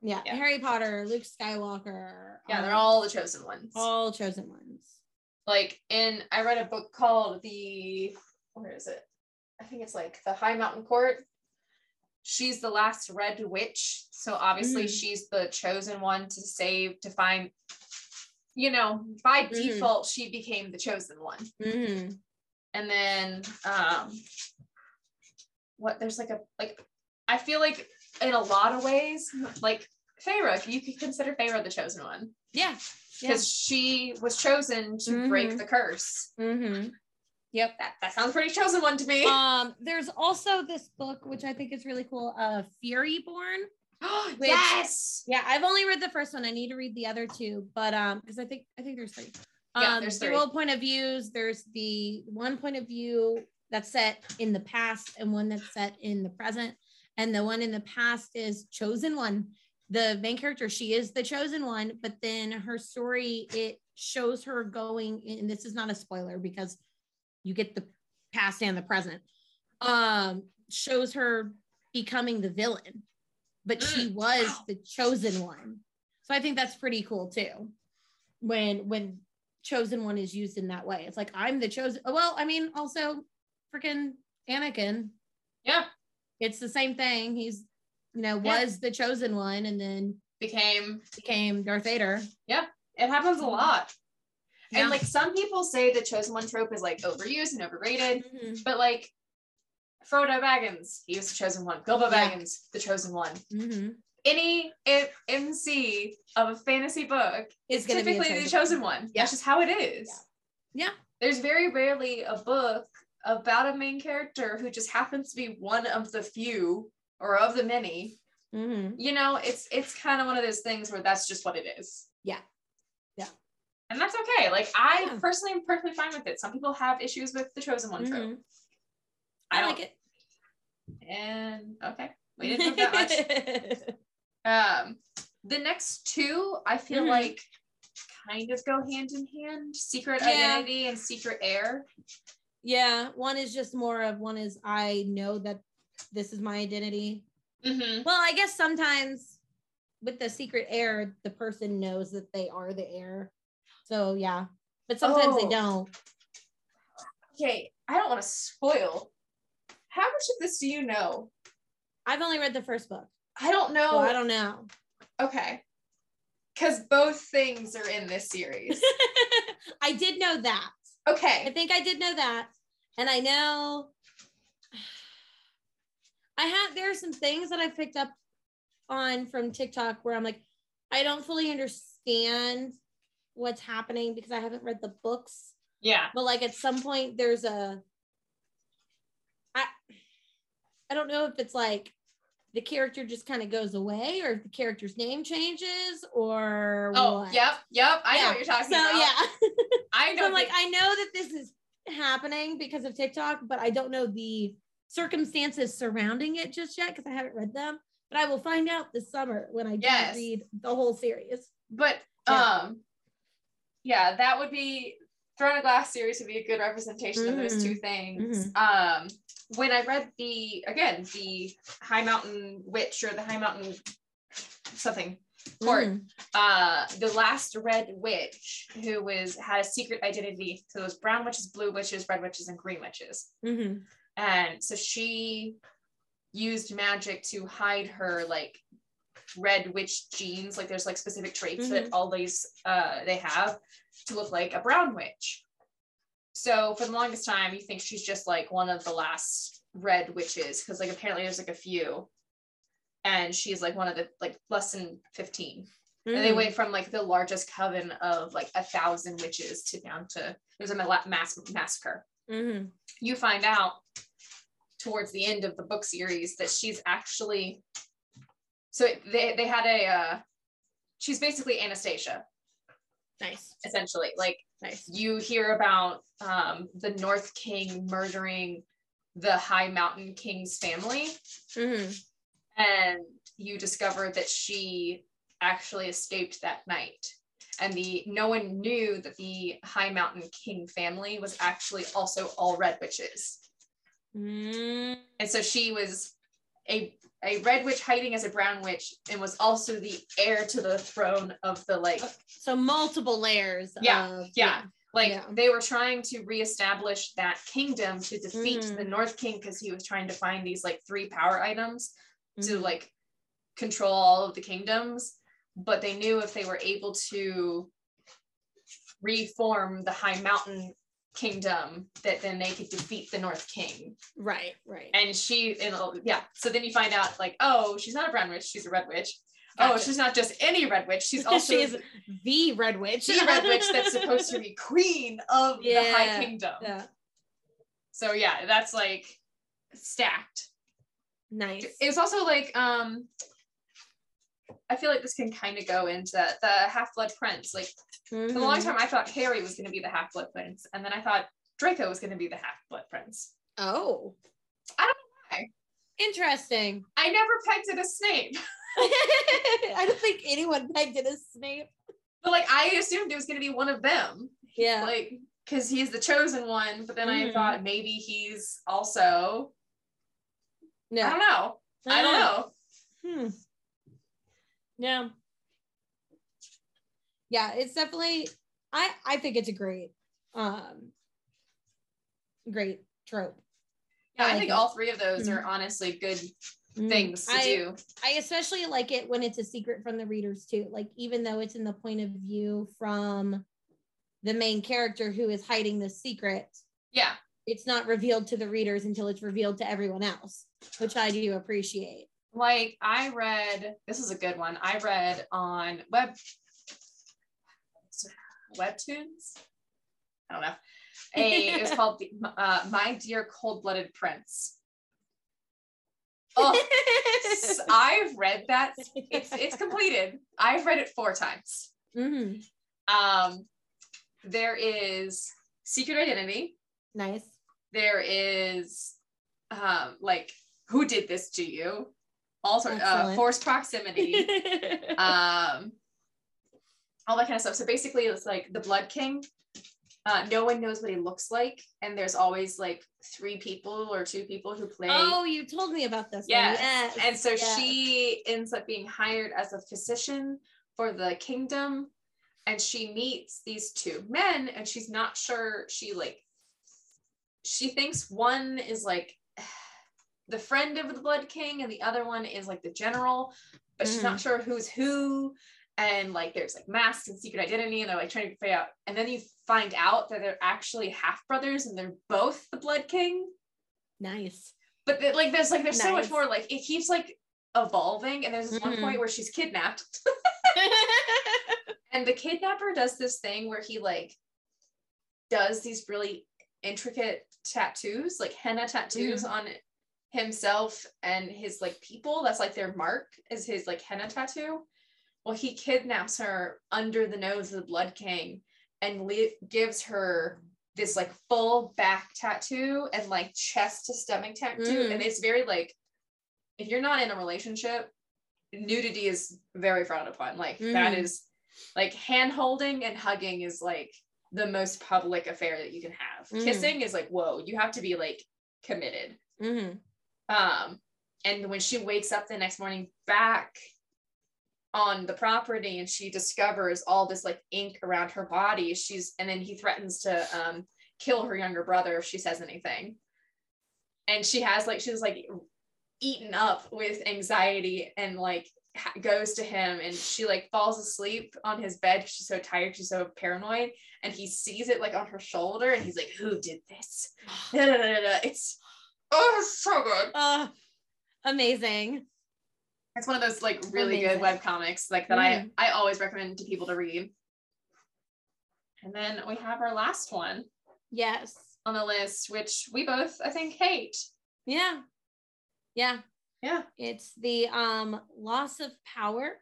S2: yeah,
S1: Yeah.
S2: Harry Potter, Luke Skywalker.
S1: yeah they're
S2: um,
S1: all the chosen ones
S2: all chosen ones.
S1: like in I read a book called the where is it? I think it's like the High Mountain Court. she's the last red witch so obviously
S2: Mhm.
S1: she's the chosen one to save to find you know by
S2: Mhm.
S1: default she became the chosen one
S2: Mm-hmm.
S1: and then um what there's like a like i feel like in a lot of ways like pharaoh you could consider pharaoh the chosen one
S2: Yeah. Yeah.
S1: because she was chosen to break
S2: Mhm.
S1: the curse
S2: Mm-hmm.
S1: that that sounds pretty chosen one to me
S2: Um, there's also this book which I think is really cool, uh, Fury Born. which-
S1: yes
S2: Yeah, I've only read the first one. I need to read the other two, but um, because I think I think there's three. Um,
S1: Yeah, there's three.
S2: dual point of views. There's the one point of view that's set in the past and one that's set in the present. And the one in the past is chosen one. The main character, she is the chosen one, but then her story it shows her going. In, and this is not a spoiler because you get the past and the present. Um, shows her becoming the villain, but she was
S1: Mm. wow.
S2: the chosen one. So I think that's pretty cool too. When when chosen one is used in that way, it's like I'm the chosen. oh, Well, I mean, also freaking Anakin.
S1: yeah
S2: It's the same thing. He's you know
S1: Yeah.
S2: was the chosen one and then
S1: became
S2: became Darth Vader.
S1: it happens a lot
S2: Mm-hmm. Yeah.
S1: and like some people say the chosen one trope is like overused and overrated
S2: Mhm.
S1: but like Frodo Baggins, he was the chosen one. Bilbo
S2: Yeah.
S1: Baggins, the chosen one.
S2: Mhm.
S1: any M- MC of a fantasy book
S2: It's gonna be a
S1: typically the chosen one.
S2: Yeah.
S1: That's just how it is.
S2: Yeah. Yeah.
S1: There's very rarely a book about a main character who just happens to be one of the few or of the many.
S2: Mhm.
S1: You know, it's it's kind of one of those things where that's just what it is.
S2: Yeah. Yeah.
S1: And that's okay. Like I
S2: Yeah.
S1: personally am perfectly fine with it. Some people have issues with the chosen one trope.
S2: Mhm. I, like it.
S1: it. And okay. We didn't move that much. Um, the next two, I feel
S2: Mhm.
S1: like kind of go hand in hand secret
S2: Yeah.
S1: identity and secret air.
S2: Yeah, one is just more of one is I know that this is my identity.
S1: Mm-hmm.
S2: Well, I guess sometimes with the secret heir, the person knows that they are the heir. So yeah, but sometimes
S1: Oh.
S2: they don't.
S1: Okay, I don't want to spoil. How much of this do you know?
S2: I've only read the first book,
S1: I don't know.
S2: so I don't know.
S1: okay. Because both things are in this series.
S2: I did know that. I
S1: okay.
S2: think I did know that, and I know I have. There are some things that I picked up on from TikTok where I'm like, I don't fully understand what's happening because I haven't read the books.
S1: Yeah.
S2: But like at some point, there's a. I I don't know if it's like the character just kind of goes away, or if the character's name changes, or
S1: Oh,
S2: what.
S1: yep. Yep. I know
S2: Yeah,
S1: what you're talking
S2: So
S1: about.
S2: yeah.
S1: I
S2: So
S1: don't
S2: I'm like,
S1: think-
S2: I know that this is happening because of TikTok, but I don't know the circumstances surrounding it just yet because I haven't read them. But I will find out this summer when I do
S1: Yes.
S2: read the whole series.
S1: But
S2: Yeah.
S1: um yeah, that would be Throne of Glass series would be a good representation of those
S2: Mm-hmm.
S1: two things. Um when I read the again, the High Mountain Witch or the High Mountain something court,
S2: Mhm.
S1: uh the last red witch who was had a secret identity. So those brown witches, blue witches, red witches, and green witches.
S2: Mhm.
S1: And so she used magic to hide her like red witch genes. Like there's like specific traits that all these uh they have to look like a brown witch. So for the longest time, you think she's just like one of the last red witches because like apparently there's like a few. And she's like one of the like less than 15. And they
S2: Mhm.
S1: went from like the largest coven of like a thousand witches to down to there's a ma- mass massacre
S2: Mhm.
S1: you find out towards the end of the book series that she's actually so they, they had a uh, she's basically anastasia
S2: Nice,
S1: essentially like
S2: nice.
S1: you hear about um, the north king murdering the high mountain king's family
S2: Mhm.
S1: and you discover that she actually escaped that night and the no one knew that the high mountain king family was actually also all red witches
S2: Mm.
S1: and so she was a a red witch hiding as a brown witch and was also the heir to the throne of the like
S2: So multiple layers.
S1: Yeah,
S2: of-
S1: yeah. like
S2: Yeah.
S1: they were trying to reestablish that kingdom to defeat
S2: Mhm.
S1: the north king because he was trying to find these like three power items
S2: Mm-hmm.
S1: to like control all of the kingdoms, but they knew if they were able to reform the High Mountain kingdom that then they could defeat the North King.
S2: right, right.
S1: And she and oh, yeah, so then you find out like, oh, she's not a brown witch, she's a red witch. Oh,
S2: Gotcha.
S1: she's not just any red witch, she's also
S2: she is the Red Witch.
S1: the red witch that's supposed to be queen of the
S2: Yeah.
S1: High Kingdom.
S2: Yeah.
S1: So yeah, that's like stacked.
S2: Nice.
S1: it was also like um i feel like this can kind of go into that the half-blood prince like for a long
S2: Mhm.
S1: time i thought harry was going to be the half-blood prince and then i thought draco was going to be the half-blood prince
S2: Oh.
S1: I don't
S2: know
S1: why.
S2: Interesting.
S1: i never pegged it as snape
S2: I don't think anyone pegged it as Snape.
S1: but like i assumed it was going to be one of them
S2: Yeah.
S1: like because he's the chosen one but then i
S2: Mhm.
S1: thought maybe he's also
S2: no.
S1: i don't know i don't know
S2: Hmm. Yeah. Yeah, it's definitely I I think it's a great um great trope.
S1: yeah
S2: I
S1: i,
S2: like
S1: think
S2: it.
S1: all three of those
S2: Mhm.
S1: are honestly good
S2: Mm.
S1: things to
S2: I,
S1: do
S2: I especially like it when it's a secret from the readers too. Like even though it's in the point of view from the main character who is hiding the secret,
S1: yeah
S2: it's not revealed to the readers until it's revealed to everyone else, which I do appreciate.
S1: like I read this is a good one. I read on web webtoons. I don't know. A it was called the, uh, My Dear Cold Blooded Prince. Oh, s- I've read that. It's it's completed. I've read it four times. Mm-hmm.
S2: Mhm.
S1: Um, there is Secret Identity.
S2: Nice.
S1: There is um, like Who Did This to You? Also, uh,
S2: Excellent.
S1: forced proximity. um all that kind of stuff so basically it's like the blood king uh, no one knows what he looks like and there's always like three people or two people who play
S2: oh, you told me about this. one.
S1: Yes.
S2: Yes.
S1: and so
S2: yes.
S1: she ends up being hired as a physician for the kingdom and she meets these two men and she's not sure she like she thinks one is like the friend of the blood king and the other one is like the general but she's
S2: Mm-hmm.
S1: not sure who's who and like there's like masks and secret identity and they're like trying to figure out and then you find out that they're actually half brothers and they're both the blood king
S2: nice.
S1: but that, like there's like there's so much
S2: Nice.
S1: more like it keeps like evolving and there's this one
S2: Mhm.
S1: point where she's kidnapped and the kidnapper does this thing where he like does these really intricate tattoos like henna tattoos
S2: Mm.
S1: on himself and his like people that's like their mark is his like henna tattoo well he kidnaps her under the nose of the blood king and li- gives her this like full back tattoo and like chest to stomach tattoo
S2: Mm.
S1: and it's very like if you're not in a relationship nudity is very frowned upon like that
S2: Mhm.
S1: is like hand holding and hugging is like the most public affair that you can have
S2: Mhm.
S1: kissing is like whoa you have to be like committed
S2: Mhm.
S1: um, and when she wakes up the next morning back on the property and she discovers all this like ink around her body, she's and then he threatens to um, kill her younger brother if she says anything. And she has like, she's like eaten up with anxiety and like ha- goes to him and she like falls asleep on his bed. She's so tired, she's so paranoid. And he sees it like on her shoulder and he's like, Who did this? Da, da, da, da, da. It's, oh, it's so good.
S2: Oh, amazing.
S1: It's one of those like really
S2: Amazing.
S1: good web comics like that I I always recommend to people to read. And then we have our last one
S2: Yes.
S1: on the list, which we both I think hate.
S2: Yeah. Yeah.
S1: Yeah,
S2: It's the um loss of power,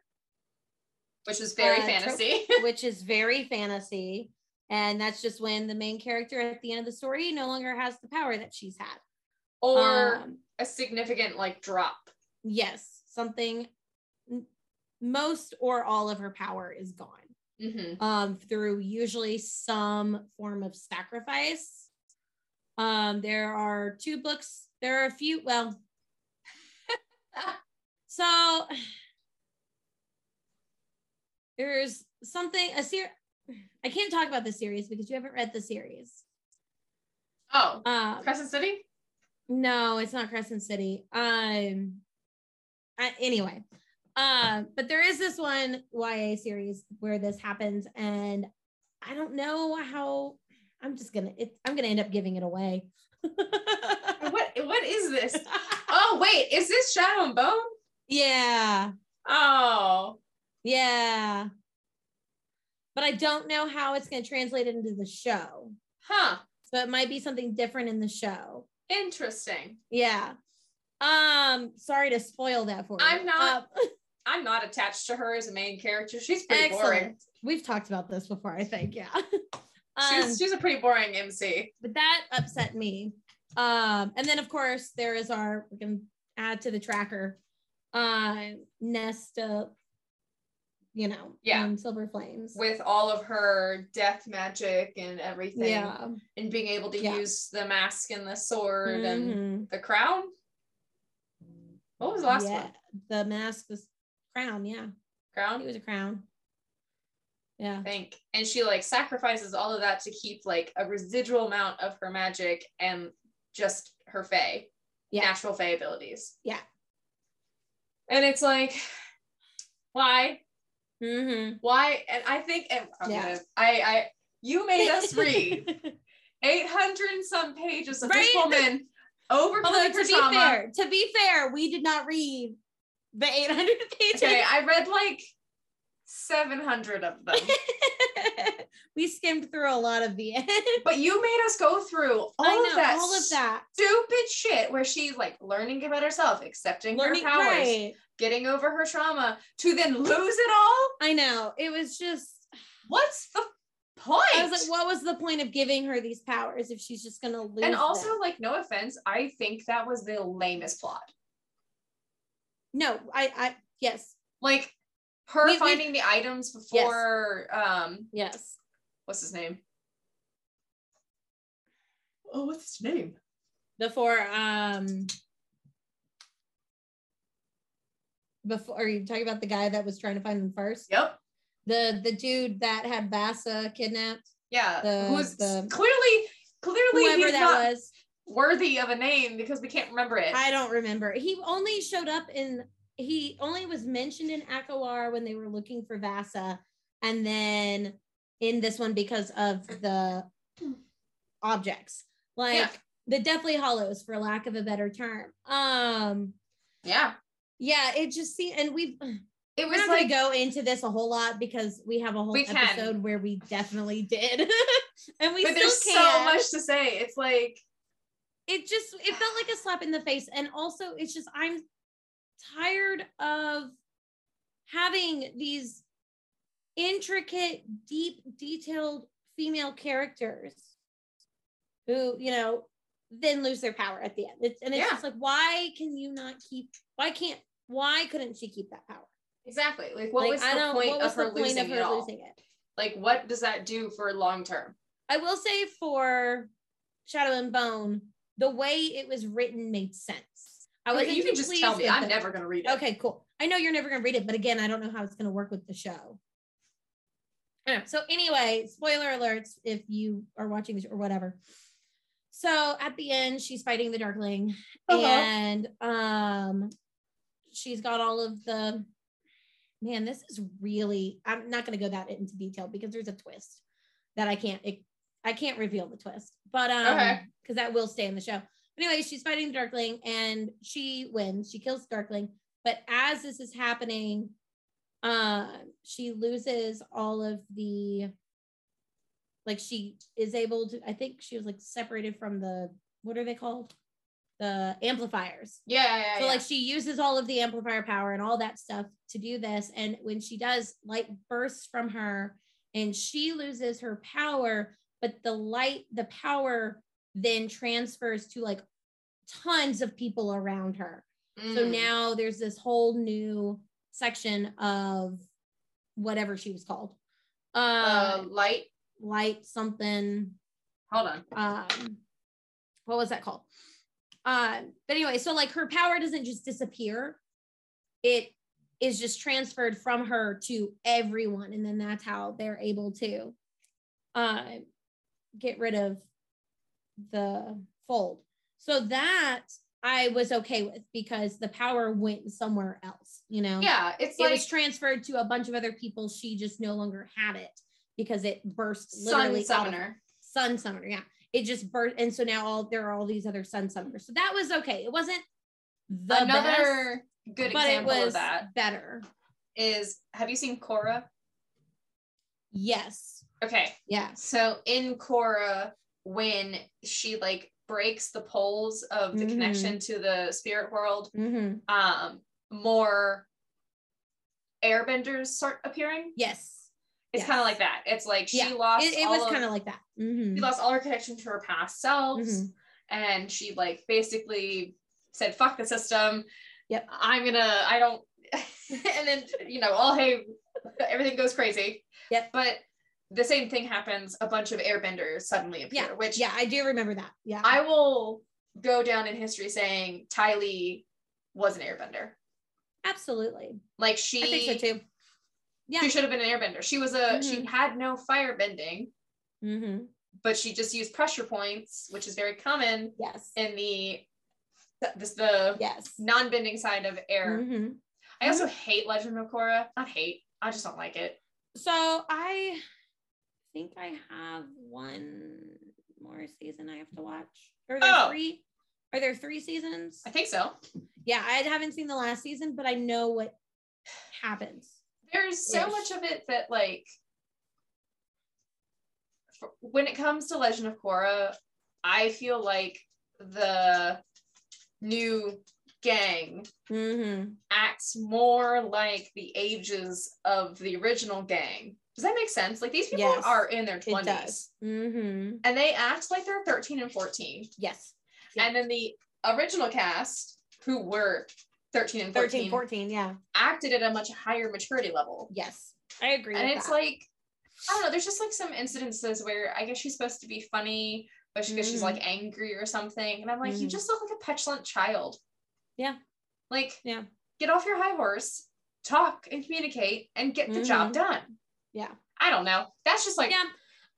S1: which is very
S2: Uh, trope.
S1: fantasy.
S2: which is very fantasy. And that's just when the main character at the end of the story no longer has the power that she's had.
S1: or
S2: Um,
S1: a significant like drop.
S2: yes, something m- most or all of her power is gone.
S1: hmm
S2: um, through usually some form of sacrifice. Um, there are two books. There are a few. Well, so there's something a series. I can't talk about the series because you haven't read the series.
S1: Oh,
S2: Um,
S1: Crescent City?
S2: no, it's not Crescent City. Um, uh, anyway uh, but there is this one ya series where this happens and i don't know how i'm just gonna it, i'm gonna end up giving it away
S1: What what is this? Oh wait, is this Shadow and Bone?
S2: yeah
S1: Oh,
S2: yeah but i don't know how it's gonna translate into the show
S1: huh.
S2: so it might be something different in the show
S1: Interesting.
S2: yeah um sorry to spoil that for you
S1: I'm not
S2: Uh,
S1: I'm not attached to her as a main character. She's pretty boring.
S2: We've talked about this before, I think. Yeah. Um,
S1: She's she's a pretty boring MC.
S2: but that upset me. Um, and then of course there is our we can add to the tracker, uh, Nesta, you know,
S1: Yeah.
S2: um, Silver Flames.
S1: With all of her death magic and everything,
S2: yeah.
S1: and being able to
S2: Yeah.
S1: use the mask and the sword and
S2: Mhm.
S1: the crown. What was the last
S2: yeah.
S1: one?
S2: The mask, the crown. Yeah,
S1: Crown.
S2: it was a crown. Yeah.
S1: think. And she like sacrifices all of that to keep like a residual amount of her magic and just her fey,
S2: Yeah.
S1: natural fey abilities.
S2: Yeah.
S1: And it's like, why?
S2: Mm-hmm.
S1: Why? And I think and I'm
S2: Yeah.
S1: gonna- I I you made us read 800 and some pages of this
S2: Right?
S1: woman overcoming
S2: Although
S1: her
S2: to be
S1: trauma.
S2: fair, to be fair, we did not read the 800 pages.
S1: Okay, I read like 700 of them.
S2: we skimmed through a lot of the end.
S1: but you made us go through all
S2: I know
S1: of that
S2: all of that.
S1: stupid shit where she's like learning about herself, accepting her powers,
S2: right.
S1: getting over her trauma, to then lose it all.
S2: I know. It was just
S1: What's the point?
S2: I was like, what was the point of giving her these powers if she's just gonna lose?
S1: and also,
S2: them?
S1: like, no offense, I think that was the lamest plot.
S2: no, I I yes,
S1: Like, her
S2: We- we-
S1: finding the items before, um,
S2: yes.
S1: what's his name? Oh, what's his name?
S2: Before um before are you talking about the guy that was trying to find them first?
S1: Yep.
S2: The the dude that had Vasa kidnapped,
S1: Yeah.
S2: The-
S1: Who's
S2: the-
S1: clearly, clearly,
S2: whoever
S1: he's
S2: that
S1: not
S2: was.
S1: worthy of a name because we can't remember it.
S2: I don't remember. He only showed up in he only was mentioned in Akawar when they were looking for Vasa, and then in this one because of the objects. Like
S1: Yeah.
S2: the Deathly Hollows, for lack of a better term. Um,
S1: yeah.
S2: yeah, it just seemed and we've
S1: It
S2: we're
S1: was
S2: not
S1: like,
S2: gonna go into this a whole lot because we have a whole
S1: We can.
S2: episode where we definitely did. and we
S1: but
S2: still
S1: there's
S2: can.
S1: so much to say. It's like,
S2: it just it felt like a slap in the face and also it's just i'm tired of having these intricate deep detailed female characters who you know then lose their power at the end it's, and it's
S1: Yeah.
S2: just like why can you not keep why can't why couldn't she keep that power
S1: Exactly. Like, what
S2: Like,
S1: was the point
S2: what was
S1: of her
S2: the point
S1: losing it all?
S2: it
S1: Like, what does that do for long term?
S2: I will say for Shadow and Bone, the way it was written made sense. I
S1: Like,
S2: wasn't
S1: you can
S2: too
S1: just
S2: pleased
S1: tell me.
S2: with
S1: I'm
S2: the-
S1: never gonna read it.
S2: Okay, cool. I know you're never gonna read it, but again, I don't know how it's gonna work with the show. I don't know. So anyway, spoiler alerts if you are watching this or whatever. So at the end, she's fighting the Darkling,
S1: Uh-huh.
S2: and um, she's got all of the. Man, this is really. I'm not gonna go that into detail because there's a twist that I can't. It, I can't reveal the twist, but um, because
S1: Okay.
S2: that will stay in the show. Anyway, she's fighting the Darkling, and she wins. She kills Darkling, but as this is happening, um, she loses all of the like she is able to i think she was like separated from the what are they called the amplifiers
S1: Yeah, yeah, yeah.
S2: so like she uses all of the amplifier power and all that stuff to do this and when she does light bursts from her and she loses her power but the light the power then transfers to like tons of people around her so
S1: Mm.
S2: now there's this whole new section of whatever she was called
S1: uh,
S2: uh,
S1: light.
S2: light something
S1: Hold on.
S2: um what was that called um but anyway so like her power doesn't just disappear it is just transferred from her to everyone and then that's how they're able to uh get rid of the fold so that I was okay with because the power went somewhere else, you know?
S1: Yeah, it's
S2: It
S1: like
S2: was transferred to a bunch of other people. She just no longer had it because it burst
S1: Sun
S2: literally out of-
S1: Summoner.
S2: sun summoner. Yeah. It just burst. And so now all there are all these other sun summoners. So that was okay. It wasn't the best,
S1: Another good
S2: but it
S1: example
S2: was
S1: of that
S2: better.
S1: is have you seen Korra?
S2: Yes.
S1: Okay,
S2: Yeah.
S1: so in Korra, when she like breaks the poles of the
S2: Mhm.
S1: connection to the spirit world,
S2: Mhm.
S1: um, more airbenders start appearing.
S2: Yes.
S1: It's
S2: Yes.
S1: kind of like that. It's like she
S2: Yeah,
S1: lost
S2: It, it
S1: all
S2: was
S1: of-
S2: kind of like that. Mhm.
S1: she lost all her connection to her past selves.
S2: Mhm.
S1: and she like basically said fuck the system
S2: Yep.
S1: i'm gonna i don't and then you know all hey everything goes crazy
S2: Yep.
S1: but the same thing happens a bunch of airbenders suddenly appear which
S2: Yeah. I do remember that. Yeah.
S1: i will go down in history saying ty lee was an airbender
S2: Absolutely.
S1: like she
S2: I think so too. Yeah.
S1: she should have been an airbender she was a she had no fire bending
S2: Mm-hmm.
S1: but she just used pressure points which is very common
S2: Yes.
S1: in the this the
S2: Yes.
S1: non-bending side of air
S2: Mhm.
S1: I also hate Legend of Korra. Not hate. I just don't like it.
S2: So I think I have one more season I have to watch. Are there
S1: Oh.
S2: three? Are there three seasons?
S1: I think so.
S2: Yeah, I haven't seen the last season, but I know what happens.
S1: There's so
S2: Yes.
S1: much of it that like f- when it comes to Legend of Korra, I feel like the new gang
S2: Mm-hmm.
S1: acts more like the ages of the original gang. Does that make sense? Like these people
S2: Yes,
S1: are in their
S2: It
S1: 20s
S2: does. Mm-hmm.
S1: and they act like they're 13 and 14.
S2: Yes.
S1: And then the original cast who were 13 and 14,
S2: 13, 14. Yeah.
S1: acted at a much higher maturity level.
S2: Yes. I agree.
S1: And
S2: with
S1: it's
S2: that.
S1: like, I don't know, there's just like some incidences where I guess she's supposed to be funny, but she, 'cause she's
S2: Mhm.
S1: like angry or something. And I'm like, you
S2: Mhm.
S1: just look like a petulant child.
S2: Yeah.
S1: Like,
S2: Yeah.
S1: get off your high horse, talk and communicate and get the job
S2: Mhm.
S1: done.
S2: Yeah.
S1: I don't know. That's just like,
S2: yeah.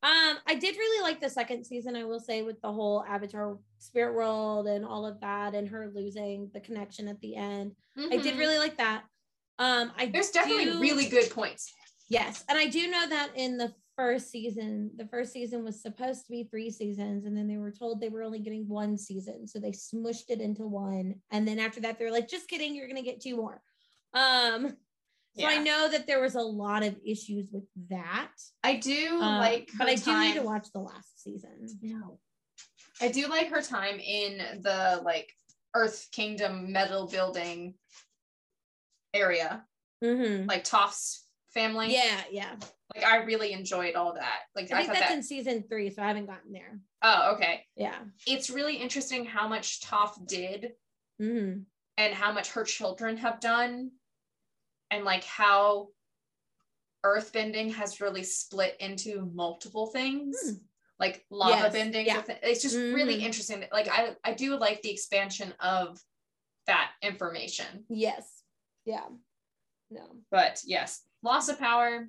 S2: Um, I did really like the second season, I will say, with the whole Avatar Spirit World and all of that and her losing the connection at the end. I did
S1: mhm.
S2: really like that. Um, I
S1: There's definitely
S2: do-
S1: really good points.
S2: yes, and I do know that in the first season, the first season was supposed to be three seasons, and then they were told they were only getting one season, so they smushed it into one, and then after that, they were like, "Just kidding, you're gonna get two more." Um, so I
S1: Yeah.
S2: know that there was a lot of issues with that,
S1: I do
S2: um,
S1: Oh, like,
S2: but
S1: her
S2: I do need to
S1: time-
S2: watch the last season.
S1: No. I do like her time in the like Earth Kingdom metal building area,
S2: Mm-hmm.
S1: like Toph's family.
S2: Yeah, yeah.
S1: Like I really enjoyed all that. Like
S2: I
S1: I,
S2: think
S1: thought
S2: that's
S1: that.
S2: in season three, so I haven't gotten there.
S1: oh, okay.
S2: Yeah.
S1: It's really interesting how much Toph did
S2: Mm-hmm.
S1: and how much her children have done, and like how earthbending has really split into multiple things. Like lava
S2: Yes,
S1: bending,
S2: yeah.
S1: with it. it's just really
S2: Mhm.
S1: interesting. that- Like I, I do like the expansion of that information.
S2: Yes. Yeah. No.
S1: But yes, loss of power,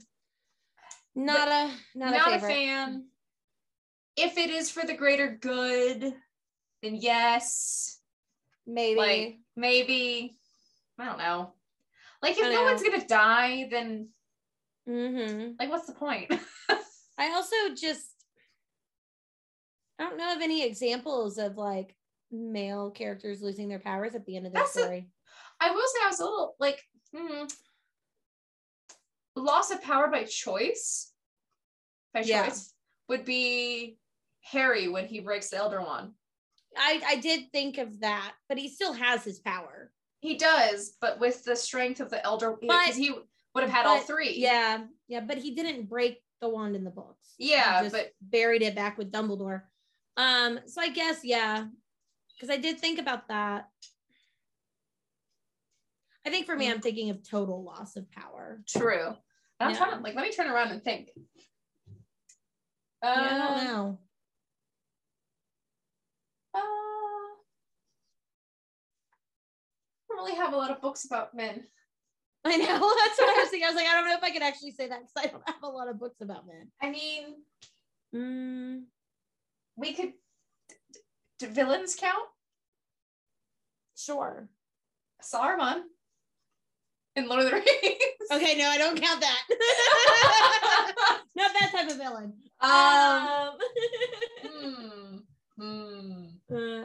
S2: Not a not,
S1: not,
S2: a,
S1: a,
S2: favorite.
S1: fan. If it is for the greater good, then yes,
S2: Maybe.
S1: like maybe. I don't know. Like if
S2: I
S1: no
S2: know.
S1: one's gonna die, then
S2: mm-hmm.
S1: like what's the point?
S2: I also just I don't know of any examples of like male characters losing their powers at the end of their
S1: That's a-
S2: story.
S1: I will say I was a little like hmm, loss of power by choice. By
S2: Yeah.
S1: choice would be Harry when he breaks the Elder Wand.
S2: I I did think of that, but he still has his power.
S1: He does, but with the strength of the Elder, because
S2: But-
S1: he would have had all
S2: but-
S1: three.
S2: Yeah, yeah, but he didn't break the wand in the books. He
S1: Yeah,
S2: just
S1: but-
S2: buried it back with Dumbledore. Um, so I guess yeah, because I did think about that. I think for me,
S1: Mm.
S2: I'm thinking of total loss of power.
S1: True. And I'm
S2: Yeah.
S1: trying to like let me turn around and think.
S2: Yeah, I
S1: Um,
S2: don't know.
S1: uh, I don't really have a lot of books about men.
S2: I know that's what I was thinking. I was like, I don't know if I could actually say that because I don't have a lot of books about men.
S1: I mean,
S2: Mm,
S1: we could. d- d- Do villains count?
S2: Sure.
S1: Saruman in Lord of the Rings.
S2: Okay, no, I don't count that. Not that type of villain.
S1: um, hmm, hmm.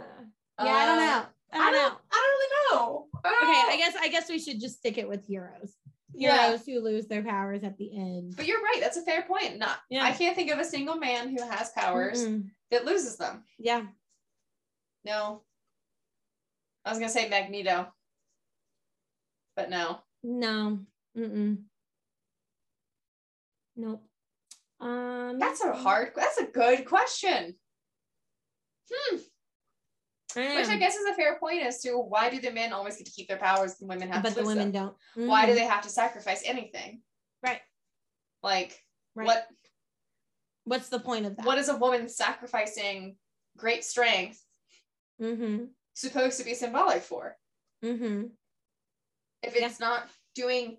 S2: Uh, yeah, I don't
S1: Uh,
S2: know. I don't know.
S1: I don't really know. Uh, I don't
S2: Okay,
S1: know.
S2: I guess I guess we should just stick it with heroes.
S1: Yeah.
S2: Heroes who lose their powers at the end.
S1: But you're right. That's a fair point. Not,
S2: Yeah.
S1: I can't think of a single man who has powers
S2: Mm-mm.
S1: that loses them.
S2: Yeah.
S1: No. I was gonna say Magneto, but no.
S2: No. Mm-mm. Nope. Um
S1: That's a hard. That's a good question. Hmm.
S2: I
S1: Which I
S2: know,
S1: guess is a fair point as to why do the men always get to keep their powers and women have
S2: but
S1: to
S2: the
S1: lose
S2: women
S1: them?
S2: don't.
S1: Why do
S2: Mm,
S1: they have to sacrifice anything?
S2: Right.
S1: Like
S2: Right.
S1: what?
S2: What's the point of that?
S1: What is a woman sacrificing great strength
S2: Mm-hmm.
S1: supposed to be symbolic for?
S2: Mm-hmm.
S1: if it's not doing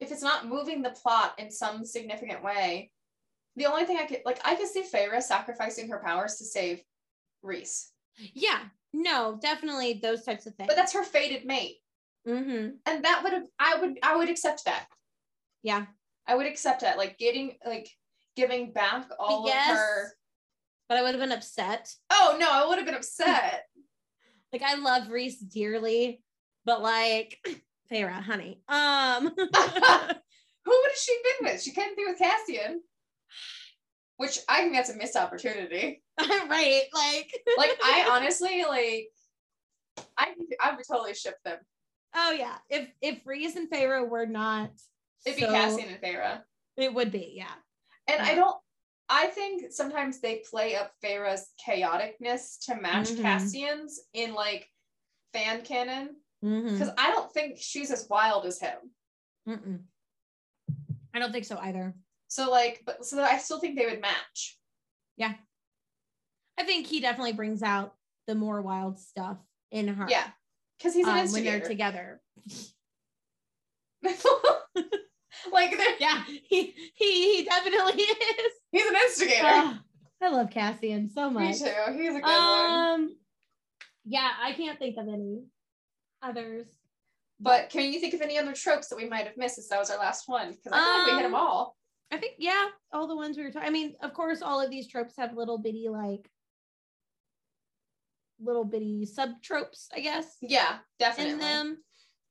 S1: if it's not moving the plot in some significant way the only thing i could like i could see Feyre sacrificing her powers to save reese
S2: Yeah. No, definitely those types of things.
S1: but that's her fated mate
S2: mm-hmm.
S1: and that would have i would i would accept that
S2: Yeah.
S1: i would accept that like getting like giving back all
S2: yes.
S1: of her
S2: But I would have been upset.
S1: oh no i would have been upset
S2: Like I love Reese dearly, but like Farah, honey. Um
S1: who would have she been with she couldn't be with cassian which i think that's a missed opportunity
S2: right. Like
S1: like I honestly like I think I would totally ship them.
S2: oh yeah. If if Reese and Farah were not
S1: It'd
S2: so-
S1: be Cassian and Feyre.
S2: It would be, yeah.
S1: And I
S2: Yeah.
S1: don't I think sometimes they play up Feyre's chaoticness to match
S2: Mhm.
S1: Cassian's in like fan canon.
S2: Mhm.
S1: Because I don't think she's as wild as him.
S2: Mm-mm. I don't think so either.
S1: So like but so I still think they would match.
S2: I think he definitely brings out the more wild stuff in her.
S1: Yeah. Because he's an
S2: um, when they're
S1: instigator.
S2: together.
S1: like they're-
S2: Yeah, he he he definitely is.
S1: he's an instigator.
S2: Oh, I love Cassian so
S1: Me
S2: much.
S1: too. He's a good one.
S2: Um, yeah, I can't think of any others.
S1: But can you think of any other tropes that we might have missed since that was our last one? Because I feel like we hit them
S2: Um,
S1: all.
S2: I think yeah, all the ones we were talking. I mean, of course, all of these tropes have little bitty like little bitty sub tropes, I guess,
S1: Yeah, definitely.
S2: in them.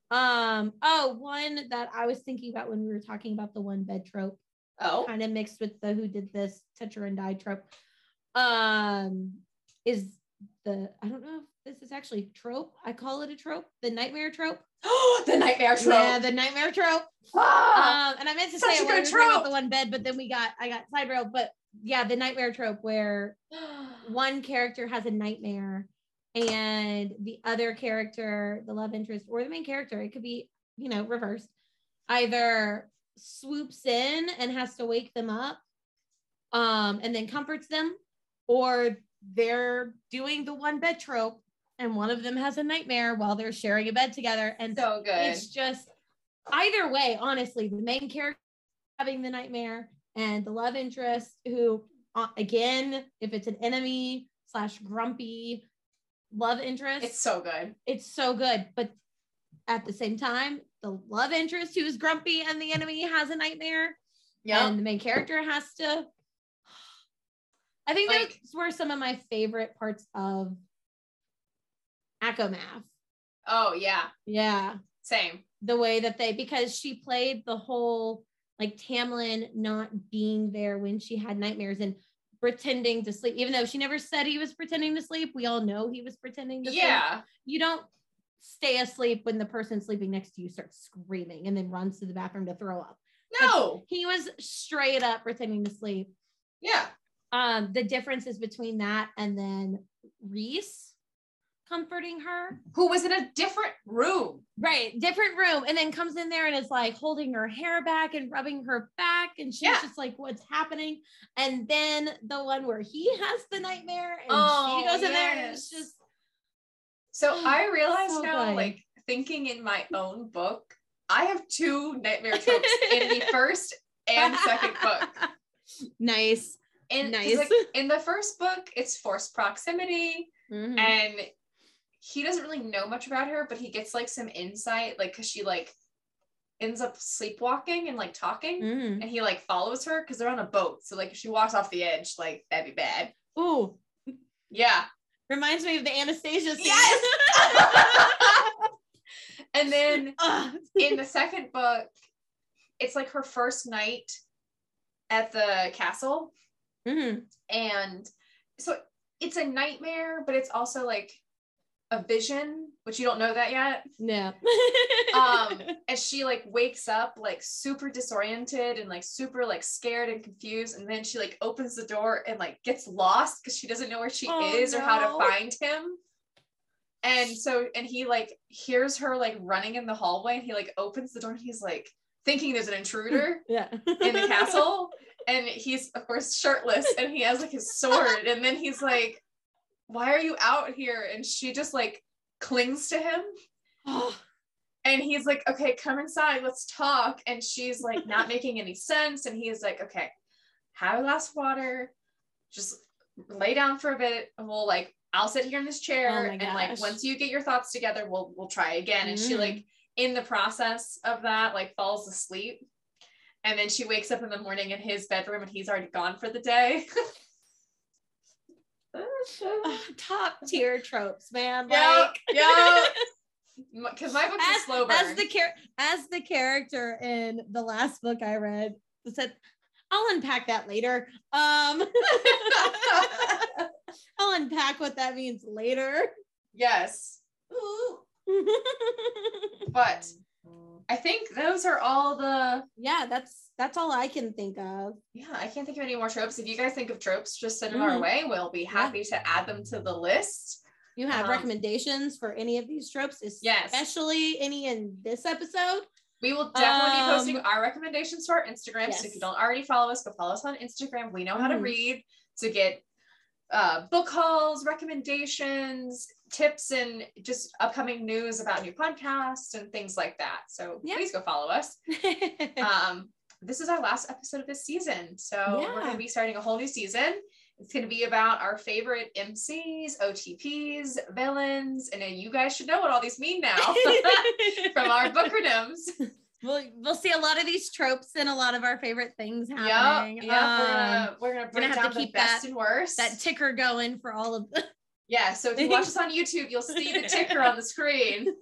S2: Um, oh, one that I was thinking about when we were talking about the one bed trope.
S1: oh,
S2: kind of mixed with the who did this touch her and die trope um is the i don't know if this is actually trope i call it a trope the nightmare trope
S1: the nightmare trope.
S2: yeah the nightmare trope
S1: Ah!
S2: um and i meant to
S1: Such
S2: say
S1: a
S2: it when we
S1: good
S2: were talking about
S1: trope.
S2: the one bed but then we got i got side railed but yeah the nightmare trope where one character has a nightmare and the other character, the love interest or the main character, it could be, you know, reversed, either swoops in and has to wake them up um, and then comforts them, or they're doing the one bed trope and one of them has a nightmare while they're sharing a bed together. And
S1: so good.
S2: it's just either way, honestly, the main character having the nightmare and the love interest, who uh, again, if it's an enemy slash grumpy love interest,
S1: It's
S2: it's,
S1: so good.
S2: so good. But at the same time, the love interest who is grumpy and the enemy has a nightmare,
S1: Yeah.
S2: and the main character has to. I think
S1: Like-
S2: those were some of my favorite parts of Acomath.
S1: oh yeah.
S2: Yeah.
S1: Same.
S2: the way that they because she played the whole like Tamlin not being there when she had nightmares and pretending to sleep, even though she never said he was pretending to sleep. We all know he was pretending to sleep.
S1: Yeah.
S2: You don't stay asleep when the person sleeping next to you starts screaming and then runs to the bathroom to throw up.
S1: No.
S2: He was straight up pretending to sleep.
S1: Yeah.
S2: Um, the differences between that and then Reese comforting her
S1: Who was in a different room?
S2: Right, different room, and then comes in there and is like holding her hair back and rubbing her back, and she's
S1: Yeah.
S2: just like, "What's happening?" And then the one where he has the nightmare, and
S1: Oh,
S2: she goes in there, and it's
S1: yes.
S2: just
S1: So I realize
S2: So
S1: now,
S2: good.
S1: like thinking in my own book, I have two nightmare tropes in the first and second book.
S2: nice.
S1: In 'cause,
S2: Nice.
S1: like, in the first book, it's forced proximity.
S2: Mhm.
S1: and he doesn't really know much about her but he gets like some insight like because she like ends up sleepwalking and like talking
S2: Mhm.
S1: and he like follows her because they're on a boat so like if she walks off the edge like that'd be bad
S2: Ooh,
S1: yeah
S2: reminds me of the Anastasia scene.
S1: Yes! and then
S2: Ugh.
S1: in the second book it's like her first night at the castle
S2: Mhm.
S1: and so it's a nightmare but it's also like a vision which you don't know that yet
S2: No.
S1: um and she like wakes up like super disoriented and like super like scared and confused and then she like opens the door and like gets lost because she doesn't know where she
S2: Oh,
S1: is or how
S2: no.
S1: to find him and so and he like hears her like running in the hallway and he like opens the door and he's like thinking there's an intruder
S2: yeah.
S1: in the castle and he's of course shirtless and he has like his sword and then he's like why are you out here and she just like clings to him
S2: Oh,
S1: and he's like, okay, come inside, let's talk. And she's like, not making any sense. And he's like, okay, have a glass of water, just lay down for a bit, and we'll like, I'll sit here in this
S2: Oh
S1: chair,
S2: my
S1: and like,
S2: gosh.
S1: once you get your thoughts together, we'll we'll try again. And she
S2: Mm.
S1: like, in the process of that, like, falls asleep, and then she wakes up in the morning in his bedroom, and he's already gone for the day.
S2: oh, top tier tropes, man.
S1: yeah,
S2: Like
S1: yeah. Because my book's a
S2: as,
S1: slow burn.
S2: as the char- as the character in the last book I read said, I'll unpack that later. Um, I'll unpack what that means later.
S1: yes. But I think those are all the
S2: yeah, that's that's all I can think of.
S1: yeah, I can't think of any more tropes. If you guys think of tropes, just send them our
S2: Mhm.
S1: way. We'll be happy to add them to the list.
S2: You have
S1: Um,
S2: recommendations for any of these tropes,
S1: Yes.
S2: especially any in this episode.
S1: We will definitely be posting
S2: Um,
S1: our recommendations to our Instagram. So if
S2: yes.
S1: you don't already follow us, go follow us on Instagram. We know how to
S2: Mhm.
S1: read to get uh, book hauls, recommendations, tips, and just upcoming news about new podcasts and things like that. So
S2: Yeah.
S1: please go follow us. um, this is our last episode of this season. So we're going
S2: Yeah.
S1: to be starting a whole new season. It's going to be about our favorite MCs, OTPs, villains, and then you guys should know what all these mean now from our bookradoms.
S2: we'll we'll see a lot of these tropes and a lot of our favorite things
S1: Yeah,
S2: happening.
S1: yeah.
S2: Um,
S1: we're gonna we're gonna
S2: gonna
S1: break
S2: have to
S1: down the
S2: keep
S1: best
S2: that-
S1: and worst.
S2: that ticker going for all of
S1: yeah. So if you watch us on YouTube, you'll see the ticker on the screen,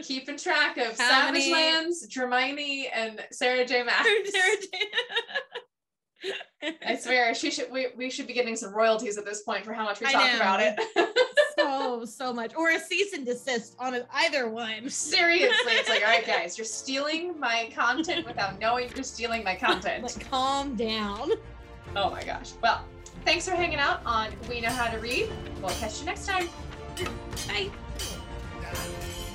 S1: keeping track of
S2: How
S1: Savage
S2: many-
S1: Lands, Dramini, and Sarah J. Maas. I swear, she should. We, we should be getting some royalties at this point for how much we
S2: I
S1: talk
S2: know.
S1: about it.
S2: so so much, or a cease and desist on a, either one.
S1: Seriously, it's like, all right, guys, you're stealing my content without knowing you're stealing my content.
S2: Like, calm down.
S1: Oh my gosh. Well, thanks for hanging out on We Know How to Read. We'll catch you next time.
S2: Bye.
S3: Yeah.